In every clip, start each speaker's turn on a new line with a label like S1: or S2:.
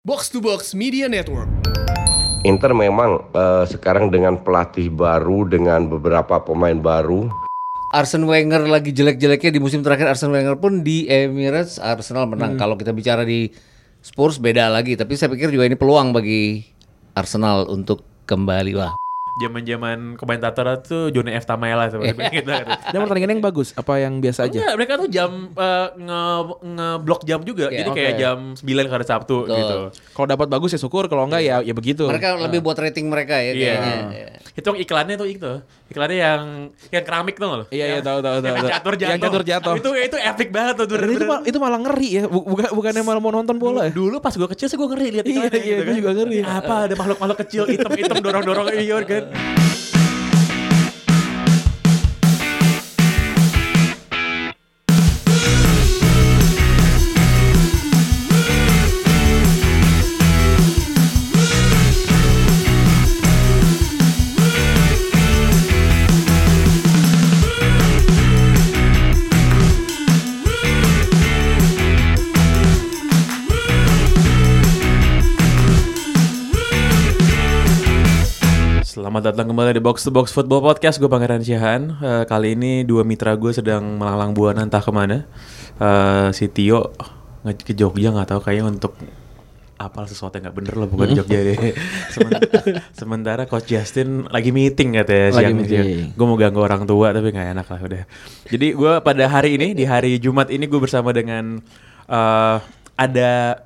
S1: Box to Box Media Network.
S2: Inter memang eh, sekarang dengan pelatih baru dengan beberapa pemain baru
S3: Arsene Wenger lagi jelek-jeleknya di musim terakhir Arsene Wenger pun di Emirates Arsenal menang. Kalau kita bicara di Spurs beda lagi, tapi saya pikir juga ini peluang bagi Arsenal untuk kembali lah.
S4: zaman-zaman komentator tuh Joni F Tamaela sebenarnya gitu.
S5: Dan pertandingan yang bagus, apa yang biasa Iya. aja?
S4: Enggak, mereka tuh jam eh, nge ngeblok jam juga.
S3: Iya.
S4: Jadi kayak
S5: Oke.
S4: jam 9 hari Sabtu
S3: Betul.
S4: gitu.
S5: Kalau dapat bagus ya syukur, kalau enggak ya ya begitu.
S3: Mereka lebih buat rating mereka ya
S4: Iya.
S3: kayaknya.
S4: Itu iklannya tuh itu. Iklannya yang yang keramik tuh loh.
S5: Iya, iya, tahu, tahu, tahu,
S4: Yang
S5: tahu.
S4: catur jatuh.
S5: Yang catur jatuh. Nah,
S4: itu itu epic banget tuh.
S5: Dan itu, mal- itu malah ngeri ya, Bu- bukan bukannya malah mau nonton bola ya.
S4: Dulu pas gue kecil sih gue ngeri lihat
S5: Iya,
S4: iklannya
S5: iya, gua juga ngeri.
S4: Apa ada makhluk-makhluk kecil hitam-hitam dorong-dorong iya kan. Selamat datang kembali di Box to Box Football Podcast. Gue Pangeran Syahan. Eh, kali ini dua mitra gue sedang melalang buana entah kemana. Eh, si Tio nge- ke Jogja nggak tahu kayaknya untuk apal sesuatu yang nggak bener lah bukan di Jogja deh. Semen- sementara Coach Justin lagi meeting katanya
S5: Lagi
S4: siang
S5: meeting.
S4: Gue mau ganggu orang tua tapi nggak enak lah udah. Jadi gue pada hari ini di hari Jumat ini gue bersama dengan eh, ada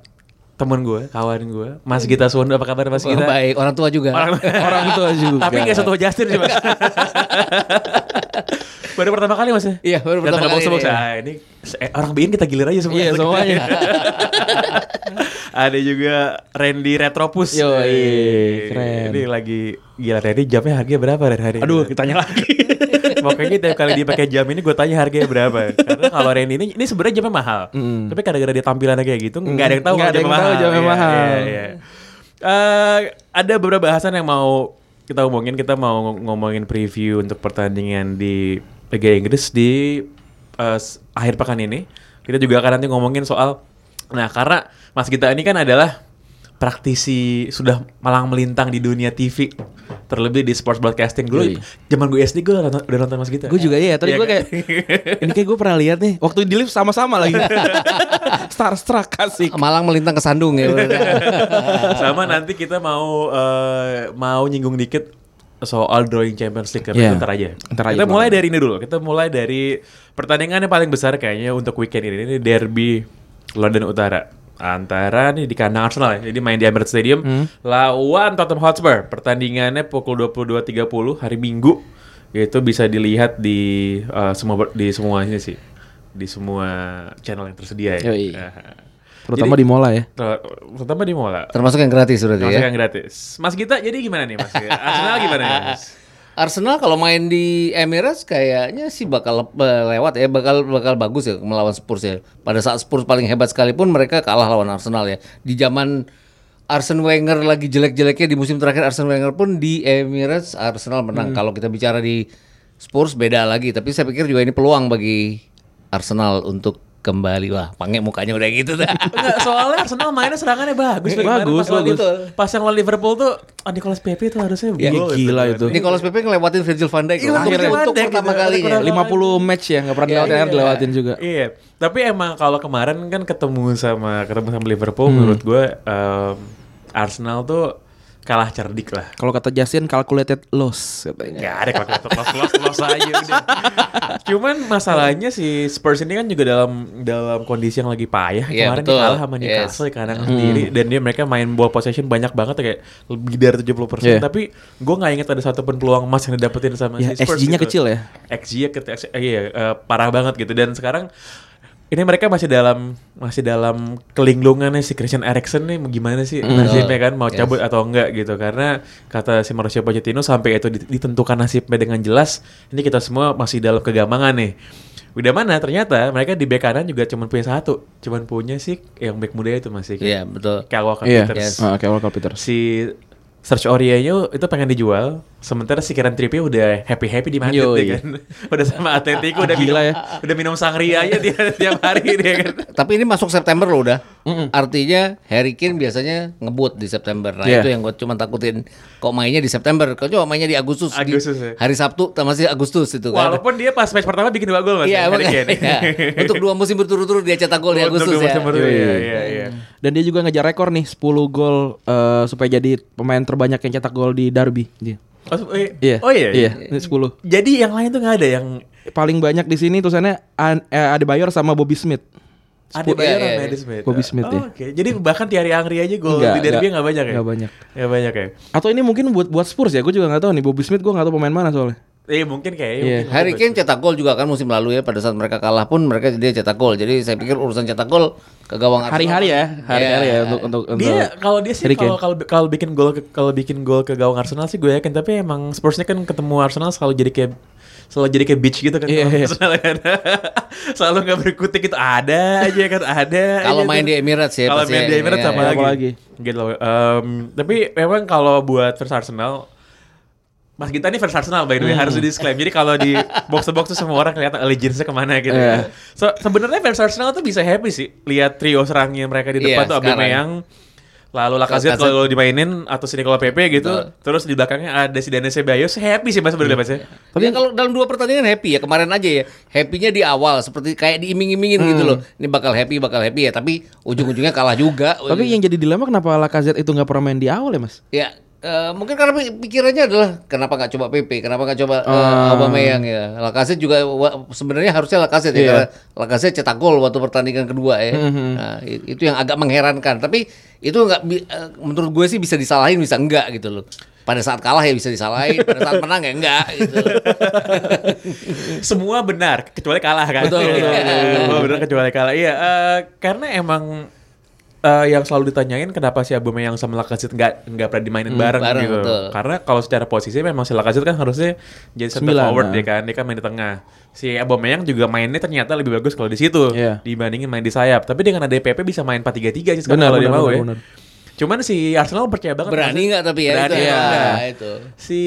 S4: temen gue, kawan gue, Mas Gita Suwondo. Apa kabar Mas
S3: Wah,
S4: Gita?
S3: Baik, orang tua juga.
S5: Orang tua juga.
S4: Tapi nggak satu Justin sih mas. Baru pertama kali mas ya?
S3: Iya, baru
S4: Datang
S3: pertama kali
S4: ke box box.
S3: ini.
S4: Ah, ini se- eh, orang bikin kita gilir aja semuanya.
S5: Iya, semuanya.
S4: Ada juga Randy Retropus.
S5: Yoi,
S4: Eh,
S5: iya, keren.
S4: Ini lagi gila Randy jamnya harganya berapa Ren, hari ini?
S5: Aduh, ditanya lagi.
S4: Makanya tiap kali dia pakai jam ini gue tanya harganya berapa. Karena kalau Randy ini ini sebenarnya jamnya mahal. Tapi gara-gara dia tampilannya kayak gitu nggak ada yang tahu
S5: Nggak ada
S4: kalau
S5: yang tahu jamnya
S4: Iya,
S5: mahal.
S4: iya, iya. Eh, ada beberapa bahasan yang mau kita omongin. Kita mau ng- ngomongin preview untuk pertandingan di Liga Inggris di eh, s- akhir pekan ini. Kita juga akan nanti ngomongin soal nah karena Mas Gita ini kan adalah praktisi sudah malang melintang di dunia TV terlebih di sports broadcasting dulu
S5: Yoi.
S4: zaman gue SD gue nonton- udah nonton Mas Gita
S5: Iya, Gue juga iya, tadi
S4: Iya
S5: gue
S4: kan?
S5: kayak ini kayak gue pernah lihat nih. Waktu di lift sama-sama lagi. Starstruck kasih.
S3: Malang melintang ke Sandung ya.
S4: sama nanti kita mau eh, mau nyinggung dikit soal drawing Champions League tapi
S5: Iya.
S4: ntar aja.
S5: Ntar aja
S4: kita
S5: dulu.
S4: mulai dari ini dulu. Kita mulai dari pertandingan yang paling besar kayaknya untuk weekend ini, ini derby London Utara antara nih di kandang Arsenal ya. Jadi main di Emirates Stadium
S5: Hmm.
S4: lawan Tottenham Hotspur. Pertandingannya pukul 22.30 hari Minggu. Itu bisa dilihat di eh, semua ber- di semuanya sih. Di semua channel yang tersedia ya.
S5: Yoi.
S4: Aha.
S5: Terutama di mola ya.
S4: Ter- terutama di Mola.
S3: Termasuk yang gratis berarti
S4: Termasuk
S3: ya.
S4: yang gratis. Mas Gita jadi gimana nih Mas? Arsenal gimana nih Mas?
S3: Arsenal kalau main di Emirates kayaknya sih bakal lep- lewat ya, bakal bakal bagus ya melawan Spurs ya. Pada saat Spurs paling hebat sekalipun mereka kalah lawan Arsenal ya. Di zaman Arsene Wenger lagi jelek-jeleknya di musim terakhir Arsene Wenger pun di Emirates Arsenal menang.
S4: Hmm.
S3: Kalau kita bicara di Spurs beda lagi, tapi saya pikir juga ini peluang bagi Arsenal untuk kembali wah pange mukanya udah gitu dah
S4: Enggak, soalnya Arsenal mainnya serangannya bagus. Bagaimana
S5: Bagus,
S4: pas lawan-
S3: bagus.
S4: Pas yang lawan Liverpool tuh, ah, Nicolas Pepe tuh harusnya
S5: Iya,
S4: gol
S5: gila itu.
S3: Nicolas Pepe ngelewatin Virgil van Dijk
S4: Iya,
S3: loh.
S4: Virgil van
S3: untuk
S4: Dijk
S3: pertama
S4: gitu.
S3: kalinya
S5: 50 match ya, nggak pernah dilewatin, akhirnya dilewatin juga.
S4: Iya, tapi emang kalau kemarin kan ketemu sama ketemu sama Liverpool,
S5: Hmm.
S4: menurut gue em, Arsenal tuh kalah cerdik lah.
S5: Kalau kata Justin, calculated loss katanya.
S4: Gak ada kalau kita los los los aja udah. Cuman masalahnya si Spurs ini kan juga dalam dalam kondisi yang lagi payah.
S3: Iya,
S4: Kemarin
S3: betul.
S4: dia kalah sama Newcastle di kandang
S5: Hmm.
S4: sendiri dan dia mereka main ball possession banyak banget kayak lebih dari 70%.
S5: Iya.
S4: Tapi gue nggak ingat ada satupun peluang emas yang didapetin sama
S5: Ya,
S4: si Spurs. gitu.
S5: XG-nya kecil ya?
S4: XG-nya ke, eh, iya, eh, parah banget gitu dan sekarang ini mereka masih dalam masih dalam kelinglungannya si Christian Eriksen nih gimana sih nasibnya kan mau
S3: Hmm. Yes.
S4: cabut atau enggak gitu karena kata si Mauricio Pochettino sampai itu dit- ditentukan nasibnya dengan jelas ini kita semua masih dalam kegamangan nih udah mana ternyata mereka di bek kanan juga cuman punya satu cuman punya sih yang bek muda itu masih
S3: iya betul
S4: Kyle Walker
S5: Iya.
S4: Peters
S5: Ah, Oke, Walker Peters.
S4: si Search Orianya itu pengen dijual Sementara si Kieran Trippier udah happy-happy di Madrid
S3: Yoi. Ah,
S4: dia kan. Udah sama Atletico udah
S5: Gila
S4: minum,
S5: ya.
S4: Udah minum sangria aja dia tiap hari dia kan.
S3: Tapi ini masuk September loh udah. Artinya Harry Kane biasanya ngebut di September. Nah
S5: Iya.
S3: itu yang gue cuma takutin. Kok mainnya di September? Kok coba mainnya di Agustus? di
S4: Agustus, ya.
S3: Hari Sabtu sama sih Agustus itu kan.
S4: Walaupun dia pas match pertama bikin dua gol Mas. kan,
S3: Iya,
S4: Harry
S3: makanya.
S4: Kane.
S3: Iya. Untuk dua musim berturut-turut dia cetak gol di
S4: Untuk
S3: Agustus
S4: dua
S3: ya.
S4: musim berturut, Iya, iya, iya.
S5: Dan dia juga ngejar rekor nih 10 gol eh, supaya jadi pemain terbanyak yang cetak gol di derby dia.
S3: Hmm.
S4: Oh, eh,
S5: Iya.
S4: oh iya.
S5: Iya, ini 10.
S4: Jadi yang lain tuh nggak ada yang
S5: Paling banyak di sini tulisannya An- eh, Adebayor sama Bobby Smith.
S4: ada
S3: iya,
S4: Bayer
S3: iya,
S4: sama
S3: iya.
S4: Eddie Smith.
S5: Bobby Smith,
S4: Oh,
S5: ya.
S4: Oke. Jadi bahkan Thierry Angri aja gol
S5: Nggak,
S4: di derby
S5: nggak.
S4: nggak banyak ya.
S5: Nggak banyak.
S4: Nggak banyak ya.
S5: Atau ini mungkin buat buat Spurs ya? Gue juga nggak tahu nih Bobby Smith gue nggak tahu pemain mana soalnya.
S4: Eh mungkin kayaknya
S5: Iya.
S4: mungkin-
S3: Harry Kane cetak gol juga kan musim lalu ya pada saat mereka kalah pun mereka dia cetak gol. Jadi saya pikir urusan cetak gol ke gawang Arsenal-
S5: Hari-hari ya, hari-hari
S3: Iya.
S5: ya untuk untuk untuk
S4: Dia kalau dia sih
S5: Harry Kane.
S4: kalau kalau kalau bikin gol ke kalau bikin gol ke gawang Arsenal sih gue yakin tapi emang Spursnya kan ketemu Arsenal selalu jadi kayak selalu jadi kayak bitch gitu kan
S5: Iya,
S4: gawang
S5: iya.
S4: Arsenal kan. selalu nggak berkutik gitu ada aja kan ada
S3: Kalau
S4: aja
S3: main
S4: tuh.
S3: di Emirates ya
S4: kalau
S3: pasti
S4: main
S3: ya.
S4: di Emirates
S3: Iya,
S4: sama
S5: iya.
S4: lagi.
S5: Apa lagi?
S4: gitu loh. Em, tapi memang kalau buat first Arsenal Mas Gita ini first Arsenal by the way
S3: Hmm.
S4: harus di disclaim. Jadi kalau di box to box tuh semua orang kelihatan allegiance-nya kemana gitu.
S5: Iya.
S4: So sebenarnya fans Arsenal tuh bisa happy sih lihat trio serangnya mereka di
S3: Iya,
S4: depan tuh
S3: sekarang.
S4: Aubameyang lalu Lacazette
S3: Lacazette.
S4: kalau dimainin atau si Nicola Pepe gitu. Terus di belakangnya ada si Dani Ceballos happy sih Mas
S3: Iya.
S4: sebenarnya Mas ya.
S3: Tapi kalau dalam dua pertandingan happy ya kemarin aja ya. Happy-nya di awal seperti kayak diiming-imingin gitu
S5: Hmm.
S3: loh. Ini bakal happy, bakal happy ya, tapi ujung-ujungnya kalah juga.
S5: Tapi yang jadi dilema kenapa Lacazette itu nggak pernah main di awal ya mas?
S3: ya eh, mungkin karena pi- pikirannya adalah kenapa nggak coba PP, kenapa nggak coba eh,
S5: Ah.
S3: Aubameyang ya. Lacazette juga wa- sebenarnya harusnya Lacazette ya
S5: Iya.
S3: karena
S5: Hmm,
S3: Lacazette cetak gol waktu pertandingan kedua ya. Nah, i- itu yang agak mengherankan, tapi itu nggak bi- eh, menurut gue sih bisa disalahin bisa enggak gitu loh. Pada saat kalah ya bisa disalahin, pada saat menang ya enggak gitu.
S4: Semua benar kecuali kalah kan.
S3: Betul, betul, betul, betul.
S4: Semua benar kecuali kalah. Iya, eh, karena emang eh, yang selalu ditanyain kenapa si Aubameyang sama Lacazette nggak nggak pernah dimainin bareng,
S3: Hmm, bareng,
S4: gitu.
S3: betul.
S4: Karena kalau secara posisi memang si Lacazette kan harusnya jadi center
S5: Sembilan,
S4: forward
S5: nah.
S4: ya kan, dia kan main di tengah. Si Aubameyang juga mainnya ternyata lebih bagus kalau di situ
S5: Iya.
S4: dibandingin main di sayap. Tapi dengan ada DPP bisa main 4-3-3 sih sekarang
S5: Benar,
S4: kalau dia
S5: benar,
S4: mau
S5: benar,
S4: ya.
S5: benar.
S4: Cuman si Arsenal percaya banget
S3: Berani
S4: Lacazette.
S3: nggak tapi ya
S4: Berani
S3: itu.
S4: apa
S3: ya,
S4: enggak?
S3: itu.
S4: si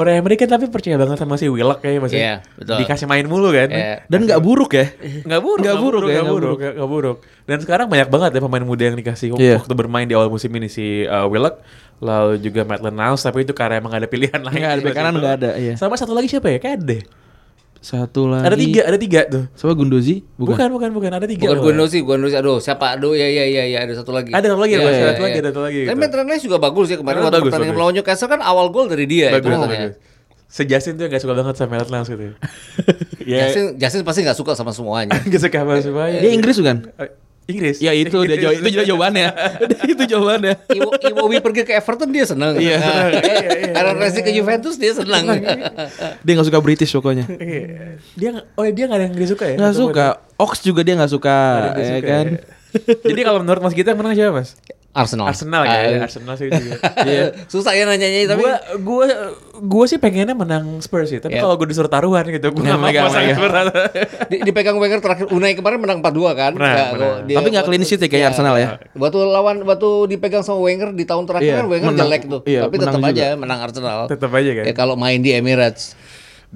S4: orang Amerika tapi percaya banget sama si Willock kayaknya masih
S3: Iya, betul.
S4: dikasih main mulu kan
S3: Iya.
S5: Dan nggak buruk ya?
S4: nggak buruk
S5: Nggak buruk ya,
S4: nggak
S5: nggak
S4: buruk nggak nggak buruk dan sekarang banyak banget ya pemain muda yang dikasih
S5: Iya.
S4: waktu bermain di awal musim ini si uh, Willock lalu juga Maitland Niles tapi itu karena emang nggak ada pilihan lain
S5: Nggak ada,
S4: Waktu
S5: bek kanan
S4: itu.
S5: nggak ada, iya.
S4: sama satu lagi siapa ya kayak ada deh.
S5: Satu lagi.
S4: ada tiga ada tiga tuh
S5: Siapa Gundozi?
S4: bukan bukan bukan, ada tiga
S3: Bukan
S4: loh.
S3: Guendouzi, Guendouzi. Aduh, siapa? Aduh, ya ya ya ya ada satu lagi.
S4: ada satu lagi
S5: Iya,
S4: Mas.
S5: iya,
S4: ada satu lagi
S3: Iya.
S4: ada satu lagi
S3: Tapi
S4: gitu.
S3: Maitland Niles juga bagus ya kemarin
S4: Maitland
S3: waktu
S4: bagus,
S3: pertandingan
S4: bagus.
S3: melawan Newcastle kan awal gol dari
S5: ya,
S3: dia ya.
S4: bagus
S3: itu
S4: bagus Ya. sejasin tuh yang nggak suka banget sama Maitland Niles gitu ya
S3: Jasin, Jasin pasti nggak suka sama semuanya.
S4: nggak suka sama semuanya
S5: Dia Inggris bukan?
S4: Eh, Inggris
S5: Ya itu
S4: Gitu.
S5: dia jaw- itu dia jawabannya. itu jawabannya.
S3: Iwo, Iwobi pergi ke Everton dia seneng. Iya. Aaron Ramsey ke Juventus dia seneng.
S5: Dia nggak suka British pokoknya.
S4: Iya. dia nggak- oh dia nggak ada yang dia suka ya
S5: Nggak
S4: Atau
S5: suka. Ox juga dia nggak suka,
S4: ada yang dia
S5: ya
S4: suka
S5: kan?
S4: ya? jadi kalau menurut mas kita yang menang siapa mas
S3: Arsenal.
S4: Arsenal ya
S3: Ah,
S4: Arsenal Iya. sih juga
S3: Susah ya nanyanya tapi
S4: gue gue gue sih pengennya menang Spurs sih tapi
S3: Iya.
S4: kalau gue disuruh taruhan gitu gue nggak mau
S5: megang,
S4: pasang
S5: megang.
S4: Spurs
S3: di- dipegang Wenger terakhir Unai kemarin menang 4-2 kan. Nggak,
S4: Menang, menang.
S3: kok dia-
S5: Tapi nggak clean sheet ya kayak
S3: Iya.
S5: Arsenal ya.
S3: Waktu lawan waktu dipegang sama Wenger di tahun terakhir
S5: Iya,
S3: kan Wenger
S5: menang.
S3: jelek tuh.
S5: Iya,
S3: Tapi tetap
S5: menang
S3: aja menang Arsenal.
S4: tetap aja kan
S3: Ya kalau main di Emirates.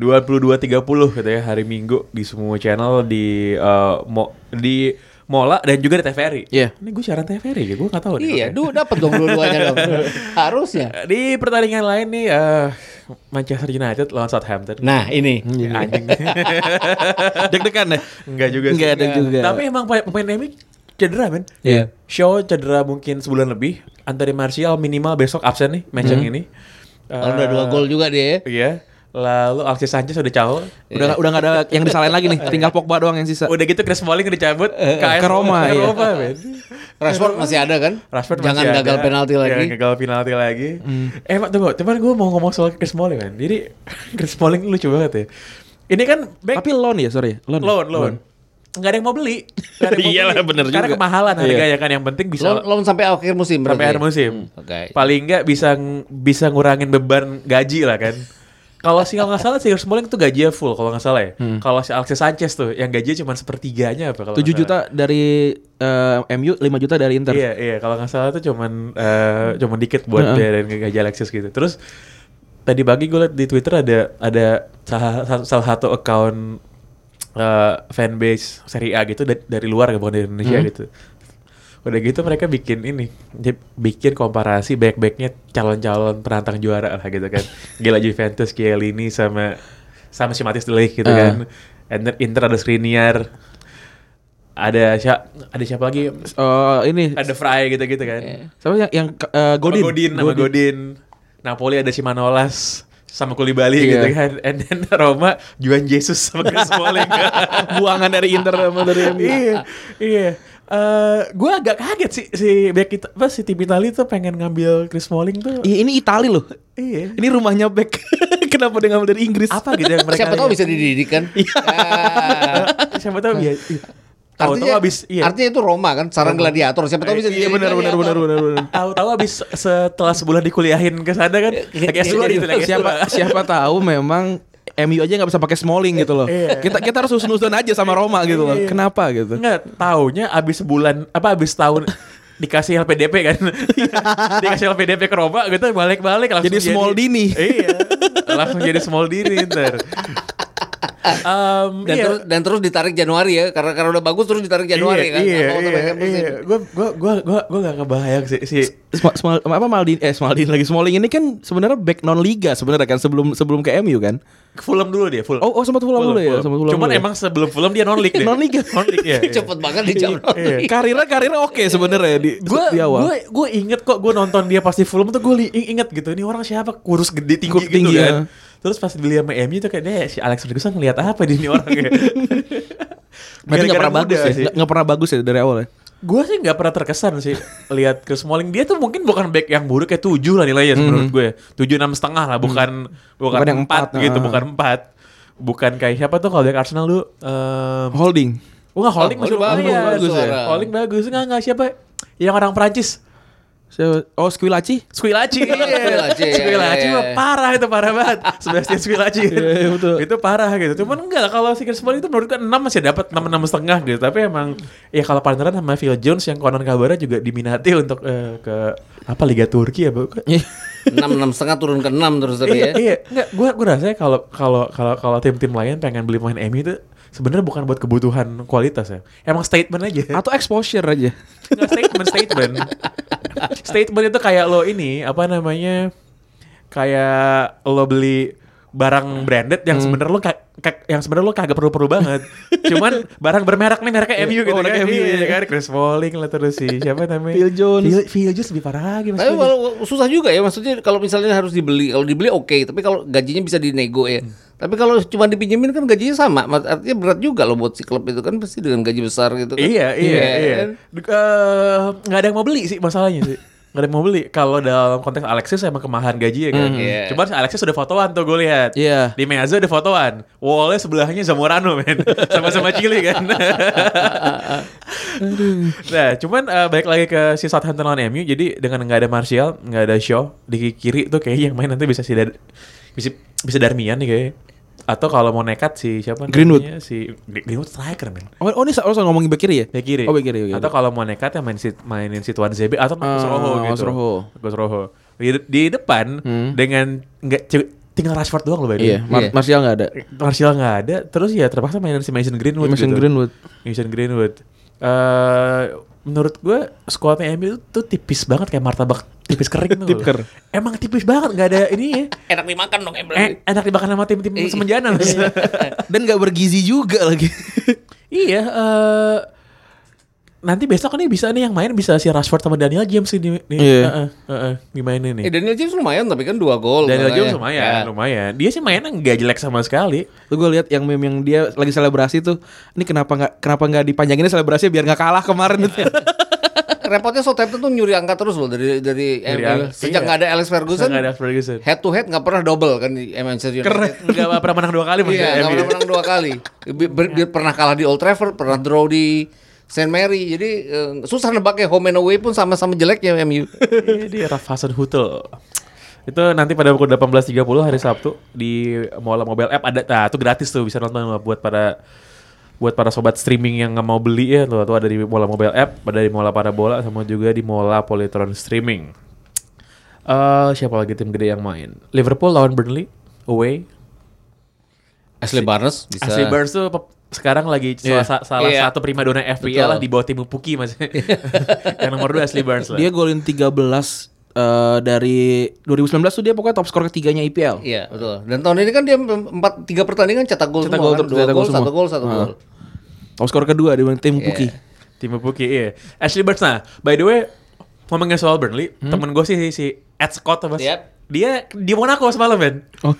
S4: dua puluh dua tiga puluh gitu ya hari Minggu di semua channel di eh, mo di Mola dan juga di TVRI
S5: Iya.
S4: ini gue siaran TVRI ya gue nggak tahu nih.
S3: Iya, du dapat dong dua-duanya dong. Harusnya.
S4: di pertandingan lain nih eh, Manchester United lawan Southampton
S3: Nah, ini.
S4: anjing
S5: Iya. Deg-degan deh.
S4: Enggak juga sih.
S5: Enggak ada juga.
S4: Tapi emang pemain- pemain MU cedera, men.
S5: Iya.
S4: Shaw cedera mungkin sebulan lebih. Anthony Martial minimal besok absen nih match
S5: Hmm.
S4: yang ini. Eh,
S3: Kalau Oh, udah dua gol juga dia. ya.
S4: Iya. Lalu Alexis Sanchez udah cahol.
S5: Udah udah nggak ada yang disalahin lagi nih. Tinggal Pogba doang yang
S4: Iya.
S5: sisa.
S4: Udah gitu Chris Smalling dicabut
S5: ke Roma,
S4: Ke
S5: iya.
S4: Roma, men.
S3: Rashford masih ada kan?
S4: Rashford
S3: Jangan
S4: masih
S3: gagal
S4: ada.
S3: penalti
S4: Jangan
S3: lagi.
S4: gagal penalti lagi.
S5: Hmm.
S4: Emang tunggu, cuman gue mau ngomong soal Chris Smalling, men. Jadi Chris Smalling lucu banget ya. Ini kan back
S5: Tapi loan ya, sorry. Loan. ya?
S4: loan loan nggak ada yang mau beli Nggak ada yang mau
S5: Iyalah,
S4: beli.
S5: bener
S4: karena
S5: juga. Iya.
S4: kemahalan harganya kan yang penting bisa
S3: Loan, loan sampai akhir musim ya? Hmm,
S4: sampai akhir musim
S5: Hmm.
S3: Oke.
S4: paling nggak bisa ng- bisa ngurangin beban gaji lah kan kalau si kalau nggak salah si Smalling tuh gajinya full kalau nggak salah ya kalau si Alexis Sanchez tuh yang gajinya cuma sepertiganya apa kalau nggak
S5: 7
S4: salah.
S5: juta dari eh, MU, 5 juta dari Inter.
S4: Iya, iya. Kalau nggak salah tuh cuman eh, cuman dikit buat
S5: Heeh.
S4: bayarin gaji Alexis gitu. Terus tadi pagi gue liat di Twitter ada ada salah, salah- salah satu account eh, fanbase Serie A gitu da- dari luar bukan dari Indonesia gitu. Udah gitu mereka bikin ini, dia bikin komparasi back-backnya calon-calon penantang juara lah gitu kan. Gila Juventus, Chiellini sama sama si Matis Delik gitu kan. Inter, Inter ada Skriniar. Ada siapa ada siapa lagi?
S5: Eh, ini
S4: Ada Fry gitu-gitu kan.
S5: siapa yang yang eh, Iya. Godin.
S4: Sama Godin, sama Godin. Napoli ada Simanolas sama Koulibaly
S5: Iya.
S4: gitu kan. And then Roma Juan Jesus sama Chris Smalling.
S5: Buangan dari Inter sama dari
S4: iya, iya. Eh, gue agak kaget sih si back kita, apa si tim Itali tuh pengen ngambil Chris Smalling tuh.
S5: Iya, ini Itali loh.
S4: Iya.
S5: Ini rumahnya Beck. Kenapa dia ngambil dari Inggris?
S4: Apa gitu yang mereka
S3: Siapa tahu
S4: lihat?
S3: bisa kan? dididikkan. Ah.
S4: Siapa tahu ya. iya. Tahu-tahu
S3: Artinya,
S4: abis iya.
S3: artinya itu Roma kan, sarang gladiator. Siapa tahu bisa dijadikan
S5: Iya benar benar benar
S3: gladiator.
S5: benar benar.
S4: Tahu-tahu abis setelah sebulan dikuliahin ke sana kan. Lagi S2 gitu lagi.
S5: Iya, siapa
S4: S2.
S5: siapa tahu memang MU aja nggak bisa pakai Smalling gitu loh. Kita kita harus usun-usun aja sama Roma gitu loh. Kenapa gitu?
S4: Enggak, taunya abis sebulan apa abis tahun dikasih LPDP kan. dikasih LPDP ke Roma gitu balik-balik langsung
S5: Jadi small dini.
S4: Iya. langsung jadi small dini ntar. Um,
S3: Dan
S4: iya.
S3: terus dan terus ditarik Januari ya, karena karena udah bagus terus ditarik Januari
S4: iya,
S3: kan.
S4: Iya,
S3: Atau
S4: iya,
S3: otomatis-
S4: iya. Gue gue gue gue gue gak kebayang sih si
S5: Sma- Smal- apa Maldin eh Smaldin lagi Smalling ini kan sebenarnya back non liga sebenarnya kan sebelum sebelum ke MU kan.
S4: Fulham dulu dia, Fulham.
S5: Oh, oh, sempat Fulham dulu ya, sempat Fulham
S4: Cuman
S5: dulu ya.
S4: emang sebelum Fulham dia non league deh.
S5: Non-league.
S4: non league ya.
S3: Cepet banget di Januari.
S4: iya.
S5: Karirnya karirnya oke sebenarnya di,
S4: gue
S5: di awal.
S4: gue gue inget kok gue nonton dia pasti film tuh gue li- inget gitu ini orang siapa kurus gede tinggi,
S5: Kurus tinggi,
S4: gitu kan
S5: ya.
S4: terus pas dilihat sama MU tuh kayak "Deh, si Alex Ferguson ngeliat apa di ini orang ya
S5: Berarti nggak pernah bagus ya,
S4: sih
S5: nggak- nggak pernah bagus ya dari awal ya.
S4: gue sih nggak pernah terkesan sih lihat Chris Smalling dia tuh mungkin bukan back yang buruk kayak tujuh lah nilainya sih menurut gue tujuh enam setengah lah bukan bukan,
S5: Hmm. Bukan yang
S4: empat
S5: empat,
S4: gitu
S5: ah.
S4: bukan empat bukan kayak siapa tuh kalau dari Arsenal lu em,
S5: Holding.
S4: Oh enggak, Holding
S3: Oh,
S4: masih
S3: Holding
S4: lumayan.
S3: bagus ya.
S4: Holding bagus. Enggak, enggak siapa. Yang orang Prancis.
S5: Siapa? Oh, Squillaci.
S4: Squillaci.
S3: Squillaci, iya,
S4: Squillaci
S3: iya,
S4: mah
S3: iya.
S4: parah itu parah banget. Sebastian Squillaci.
S5: iya, betul.
S4: Itu parah gitu. Cuman enggak kalau si Chris Paul itu menurut gue 6 masih dapat 6 6 setengah gitu. Tapi emang ya kalau partneran sama Phil Jones yang konon kabarnya juga diminati untuk eh, ke apa Liga Turki ya, Bu.
S3: enam enam setengah turun ke enam terus tadi Iya, ya.
S4: Iya, iya. Enggak, gua gua rasanya kalau kalau kalau kalau tim-tim lain pengen beli pemain MU itu sebenarnya bukan buat kebutuhan kualitas ya. Emang statement aja.
S3: Ah,
S5: Atau exposure aja.
S4: Nggak, statement statement statement itu kayak lo ini apa namanya kayak lo beli barang branded yang sebenarnya lo ka- ka- yang sebenarnya lo kagak perlu-perlu banget cuman barang bermerek nih mereknya MU gitu
S5: merek
S4: kan
S5: MU,
S4: Iya
S5: iya.
S4: kan Chris Smalling lah terus si siapa namanya
S5: Phil Jones.
S4: Phil, Phil Jones lebih parah lagi mas
S3: Tapi
S4: Phil Jones.
S3: kalau susah juga ya maksudnya kalau misalnya harus dibeli, kalau dibeli oke, tapi kalau gajinya bisa dinego ya.
S4: Hmm.
S3: Tapi kalau cuma dipinjemin kan gajinya sama, Mas- artinya berat juga loh buat si klub itu kan pasti dengan gaji besar gitu kan.
S4: Iya, iya, iya.
S3: kan?
S4: Duk- eh, Nggak ada yang mau beli sih masalahnya sih. Nggak ada yang mau beli. Kalau dalam konteks Alexis emang kemahan gaji ya kan.
S3: Iya.
S4: Cuman si Alexis udah fotoan tuh gue lihat.
S5: Iya.
S4: Di Meazza udah fotoan. Wallnya sebelahnya Zamorano men. Sama-sama Chili kan. nah, cuman eh, balik lagi ke si Southampton lawan MU. Jadi dengan nggak ada Martial, nggak ada Shaw di kiri tuh kayaknya yang main nanti bisa si Dar- bisa, bisa Darmian nih kayaknya. Atau kalau mau nekat si siapa
S5: Greenwood.
S4: namanya? Si Greenwood striker men.
S5: Oh, oh ini harus ngomongin back kiri ya?
S4: Bek kiri.
S5: Oh, back kiri. back kiri.
S4: Atau kalau mau nekat ya main si, mainin si Tuan Zebe atau Gus
S5: Ah,
S4: Roho gitu.
S5: Gus Roho. Hmm.
S4: Gus Roho. Di, di depan dengan nggak cu- tinggal Rashford doang loh by the way.
S5: Iya, Mar
S3: Iya.
S5: Martial nggak ada.
S4: Martial nggak ada, terus ya terpaksa mainin si Mason Greenwood
S5: Mason
S4: gitu.
S5: Greenwood.
S4: Mason Greenwood. Eh, menurut gue skuadnya MU tuh tipis banget kayak martabak tipis kering tuh.
S5: Tipker.
S4: Emang tipis banget nggak ada ini ya.
S3: Enak dimakan dong emblem.
S4: Eh, enak dimakan sama tim-tim
S3: Eh,
S4: semenjana. Mas.
S5: Dan nggak bergizi juga lagi.
S4: Iya, eh nanti besok nih bisa nih yang main bisa si Rashford sama Daniel James sih di, di eh, eh,
S5: Iya.
S4: eh, eh, dimainin nih.
S3: Eh, Daniel James lumayan tapi kan dua gol.
S4: Daniel
S3: katanya.
S4: James lumayan,
S3: Ya.
S4: lumayan. Dia sih mainnya nggak jelek sama sekali.
S5: Tuh gue lihat yang meme yang dia lagi selebrasi tuh. Ini kenapa nggak kenapa nggak dipanjanginnya selebrasinya biar nggak kalah kemarin itu. ya?
S3: Repotnya Southampton tuh nyuri angka terus loh dari dari,
S4: Dari
S3: MU.
S4: angka,
S3: sejak
S4: iya.
S3: nggak ada Alex Ferguson.
S4: Nggak ada Ferguson.
S3: Head to head nggak pernah double kan di Manchester United.
S4: Nggak pernah menang dua kali maksudnya.
S3: Iya, nggak
S4: MU.
S3: pernah menang dua kali. Bi- ber- dia pernah kalah di Old Trafford, pernah draw di St Mary. Jadi eh, susah nebaknya home and away pun sama-sama jeleknya MU.
S4: Iya, dia Rafasan Hutel. Itu nanti pada pukul 18.30 hari Sabtu di Mola Mobile App ada nah, itu gratis tuh bisa nonton lah buat para buat para sobat streaming yang nggak mau beli ya tuh, tuh ada di Mola Mobile App, ada di Mola Parabola sama juga di Mola Polytron Streaming. Eh, siapa lagi tim gede yang main? Liverpool lawan Burnley away.
S3: Ashley Barnes bisa.
S4: Ashley Barnes tuh pe- sekarang lagi salah,
S5: Iya.
S4: sa- salah
S3: Iya.
S4: satu primadona FPL lah di bawah tim Puki mas. yang nomor dua Ashley Barnes lah.
S5: Dia golin 13 eh, dari 2019 tuh dia pokoknya top skor ketiganya IPL.
S3: Iya betul. Dan tahun ini kan dia empat tiga pertandingan cetak gol
S5: Cetak
S3: semua
S5: gol,
S3: kan? dua
S5: cetak
S3: gol
S5: gol
S3: satu
S5: semua.
S3: gol satu
S5: Ah.
S3: gol.
S5: Top skor kedua di tim Puki.
S4: Tim Puki iya. Ashley Barnes nah. By the way ngomongin soal Burnley,
S5: Hmm?
S4: temen gue sih si, si Ed Scott mas.
S3: Yap.
S4: Dia di Monaco semalam men.
S5: Oh.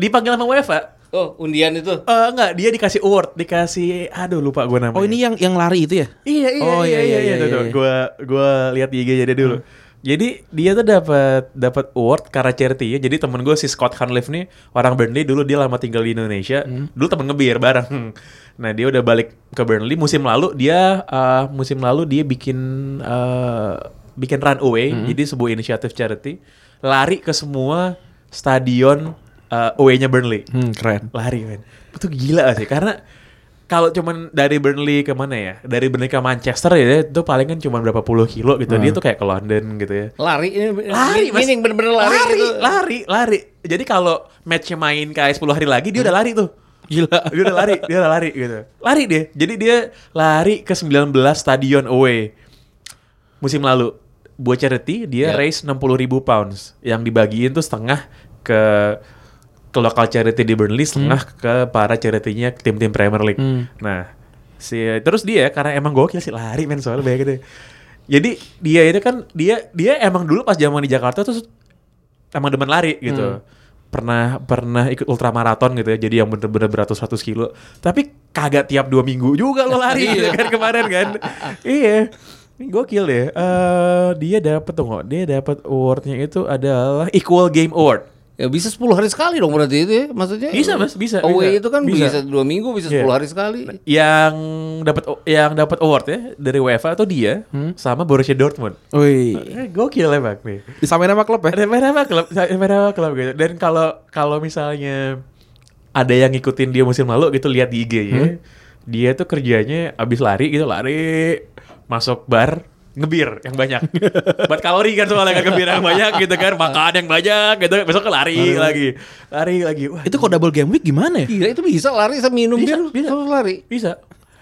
S4: Dipanggil sama UEFA.
S3: Oh undian itu.
S4: Eh enggak, dia dikasih award, dikasih aduh lupa gue namanya.
S5: Oh ini yang yang lari itu ya?
S4: Iya iya
S5: Oh,
S4: iya iya iya. Hmm.
S5: iya,
S4: Tuh, tuh.
S5: iya.
S4: Gua gua lihat di IG-nya dia dulu. Jadi dia tuh dapat dapat award karena charity ya. Jadi temen gue si Scott Hanlif nih orang Burnley dulu dia lama tinggal di Indonesia. Dulu temen ngebir bareng. Nah dia udah balik ke Burnley musim lalu dia eh, musim lalu dia bikin eh, bikin runaway. Jadi sebuah inisiatif charity lari ke semua stadion eh, away-nya Burnley
S5: Hmm, keren.
S4: lari men itu gila sih karena kalau cuman dari Burnley ke mana ya dari Burnley ke Manchester ya itu paling kan cuma berapa puluh kilo gitu dia tuh kayak ke London gitu ya
S3: Lari ini
S4: lari
S3: ini ini bener-bener lari,
S4: lari
S3: gitu.
S4: lari lari jadi kalau matchnya main kayak 10 hari lagi dia udah lari tuh
S5: Gila.
S4: dia udah lari dia udah lari gitu lari dia jadi dia lari ke 19 stadion away musim lalu buat charity dia
S3: Ya.
S4: raise 60.000 ribu pounds yang dibagiin tuh setengah ke ke lokal charity di Burnley setengah ke para charity-nya tim-tim Premier League nah si terus dia karena emang gokil sih lari men soalnya banyak gitu jadi dia itu kan dia dia emang dulu pas zaman di Jakarta tuh emang demen lari gitu. Pernah pernah ikut ultramaraton gitu ya. Jadi yang bener-bener beratus-ratus kilo. Tapi kagak tiap dua minggu juga lo lari gitu kan kemarin kan. iya. Ini gokil deh. Eh, dia dapat tuh kok. Dia dapat awardnya itu adalah Equal Game Award.
S3: Ya bisa 10 hari sekali dong berarti itu ya. Maksudnya
S4: Bisa, Mas, bisa,
S3: Away
S4: bisa,
S3: itu kan
S4: bisa.
S3: bisa. dua minggu bisa
S4: Iya.
S3: 10 hari sekali.
S4: Yang dapat yang dapat award ya dari UEFA tuh dia sama Borussia Dortmund.
S5: Wih.
S4: Hmm? Eh, Gokil emang nih.
S5: Disamain sama klub ya?
S4: Main apa klub? Main apa klub gitu. Dan kalau kalau misalnya ada yang ngikutin dia musim lalu gitu lihat di IG ya. Dia tuh kerjanya abis lari gitu lari masuk bar ngebir yang banyak. Buat kalori kan soalnya kan ngebir yang banyak gitu kan, makan yang banyak gitu. Besok lari lagi. Lari lagi. Wah,
S5: Itu kok double game week gimana ya?
S3: Gila itu bisa lari sama minum
S4: Bisa,
S3: bir
S4: bisa.
S3: terus lari.
S4: bisa.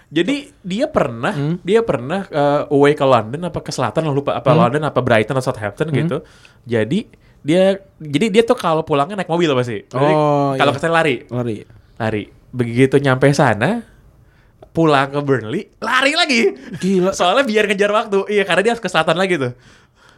S4: Jadi dia pernah
S5: Hmm.
S4: dia pernah eh, away ke London apa ke selatan lah, lupa
S5: Hmm.
S4: apa London apa Brighton atau Southampton gitu. Jadi dia jadi dia tuh kalau pulangnya naik mobil pasti. Jadi
S5: Oh,
S4: kalau
S5: iya.
S4: kesana lari,
S5: Lari.
S4: lari. Begitu nyampe sana pulang ke Burnley, lari lagi.
S5: Gila.
S4: Soalnya biar ngejar waktu. Iya, karena dia harus ke selatan lagi tuh.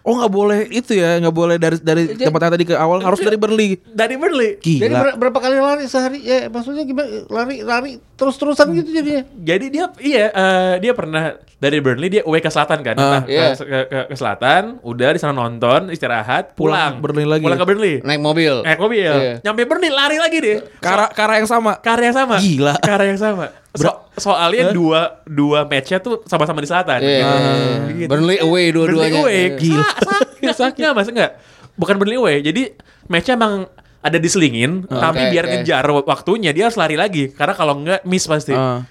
S5: Oh nggak boleh itu ya, nggak boleh dari dari tempat yang tadi ke awal harus dari Burnley.
S4: Dari Burnley.
S3: Jadi
S5: Gila.
S3: ber- berapa kali lari sehari? Ya maksudnya gimana? Lari lari terus-terusan gitu jadinya.
S4: Jadi dia iya eh, dia pernah dari Burnley dia away ke selatan kan,
S5: Ah,
S4: Nah,
S3: iya.
S4: ke, ke- ke selatan, udah di sana nonton, istirahat, pulang,
S5: Pulang Burnley lagi.
S4: pulang ke Burnley,
S3: Naik mobil.
S4: naik mobil,
S3: Iya.
S4: nyampe Burnley lari lagi deh,
S5: Kara kara yang sama.
S4: karya yang sama,
S5: Gila.
S4: karya yang sama, So- soalnya dua dua matchnya tuh sama-sama di selatan, Gitu.
S3: Iya, iya, iya.
S5: Ah.
S3: Burnley away dua-duanya.
S4: Burnley away,
S3: Iya.
S4: gila, sakit, sakit, mas enggak, bukan Burnley away, jadi matchnya emang ada diselingin,
S3: Ah. Oke,
S4: tapi biar
S3: oke.
S4: ngejar waktunya dia harus lari lagi, karena kalau enggak miss pasti.
S5: Ah.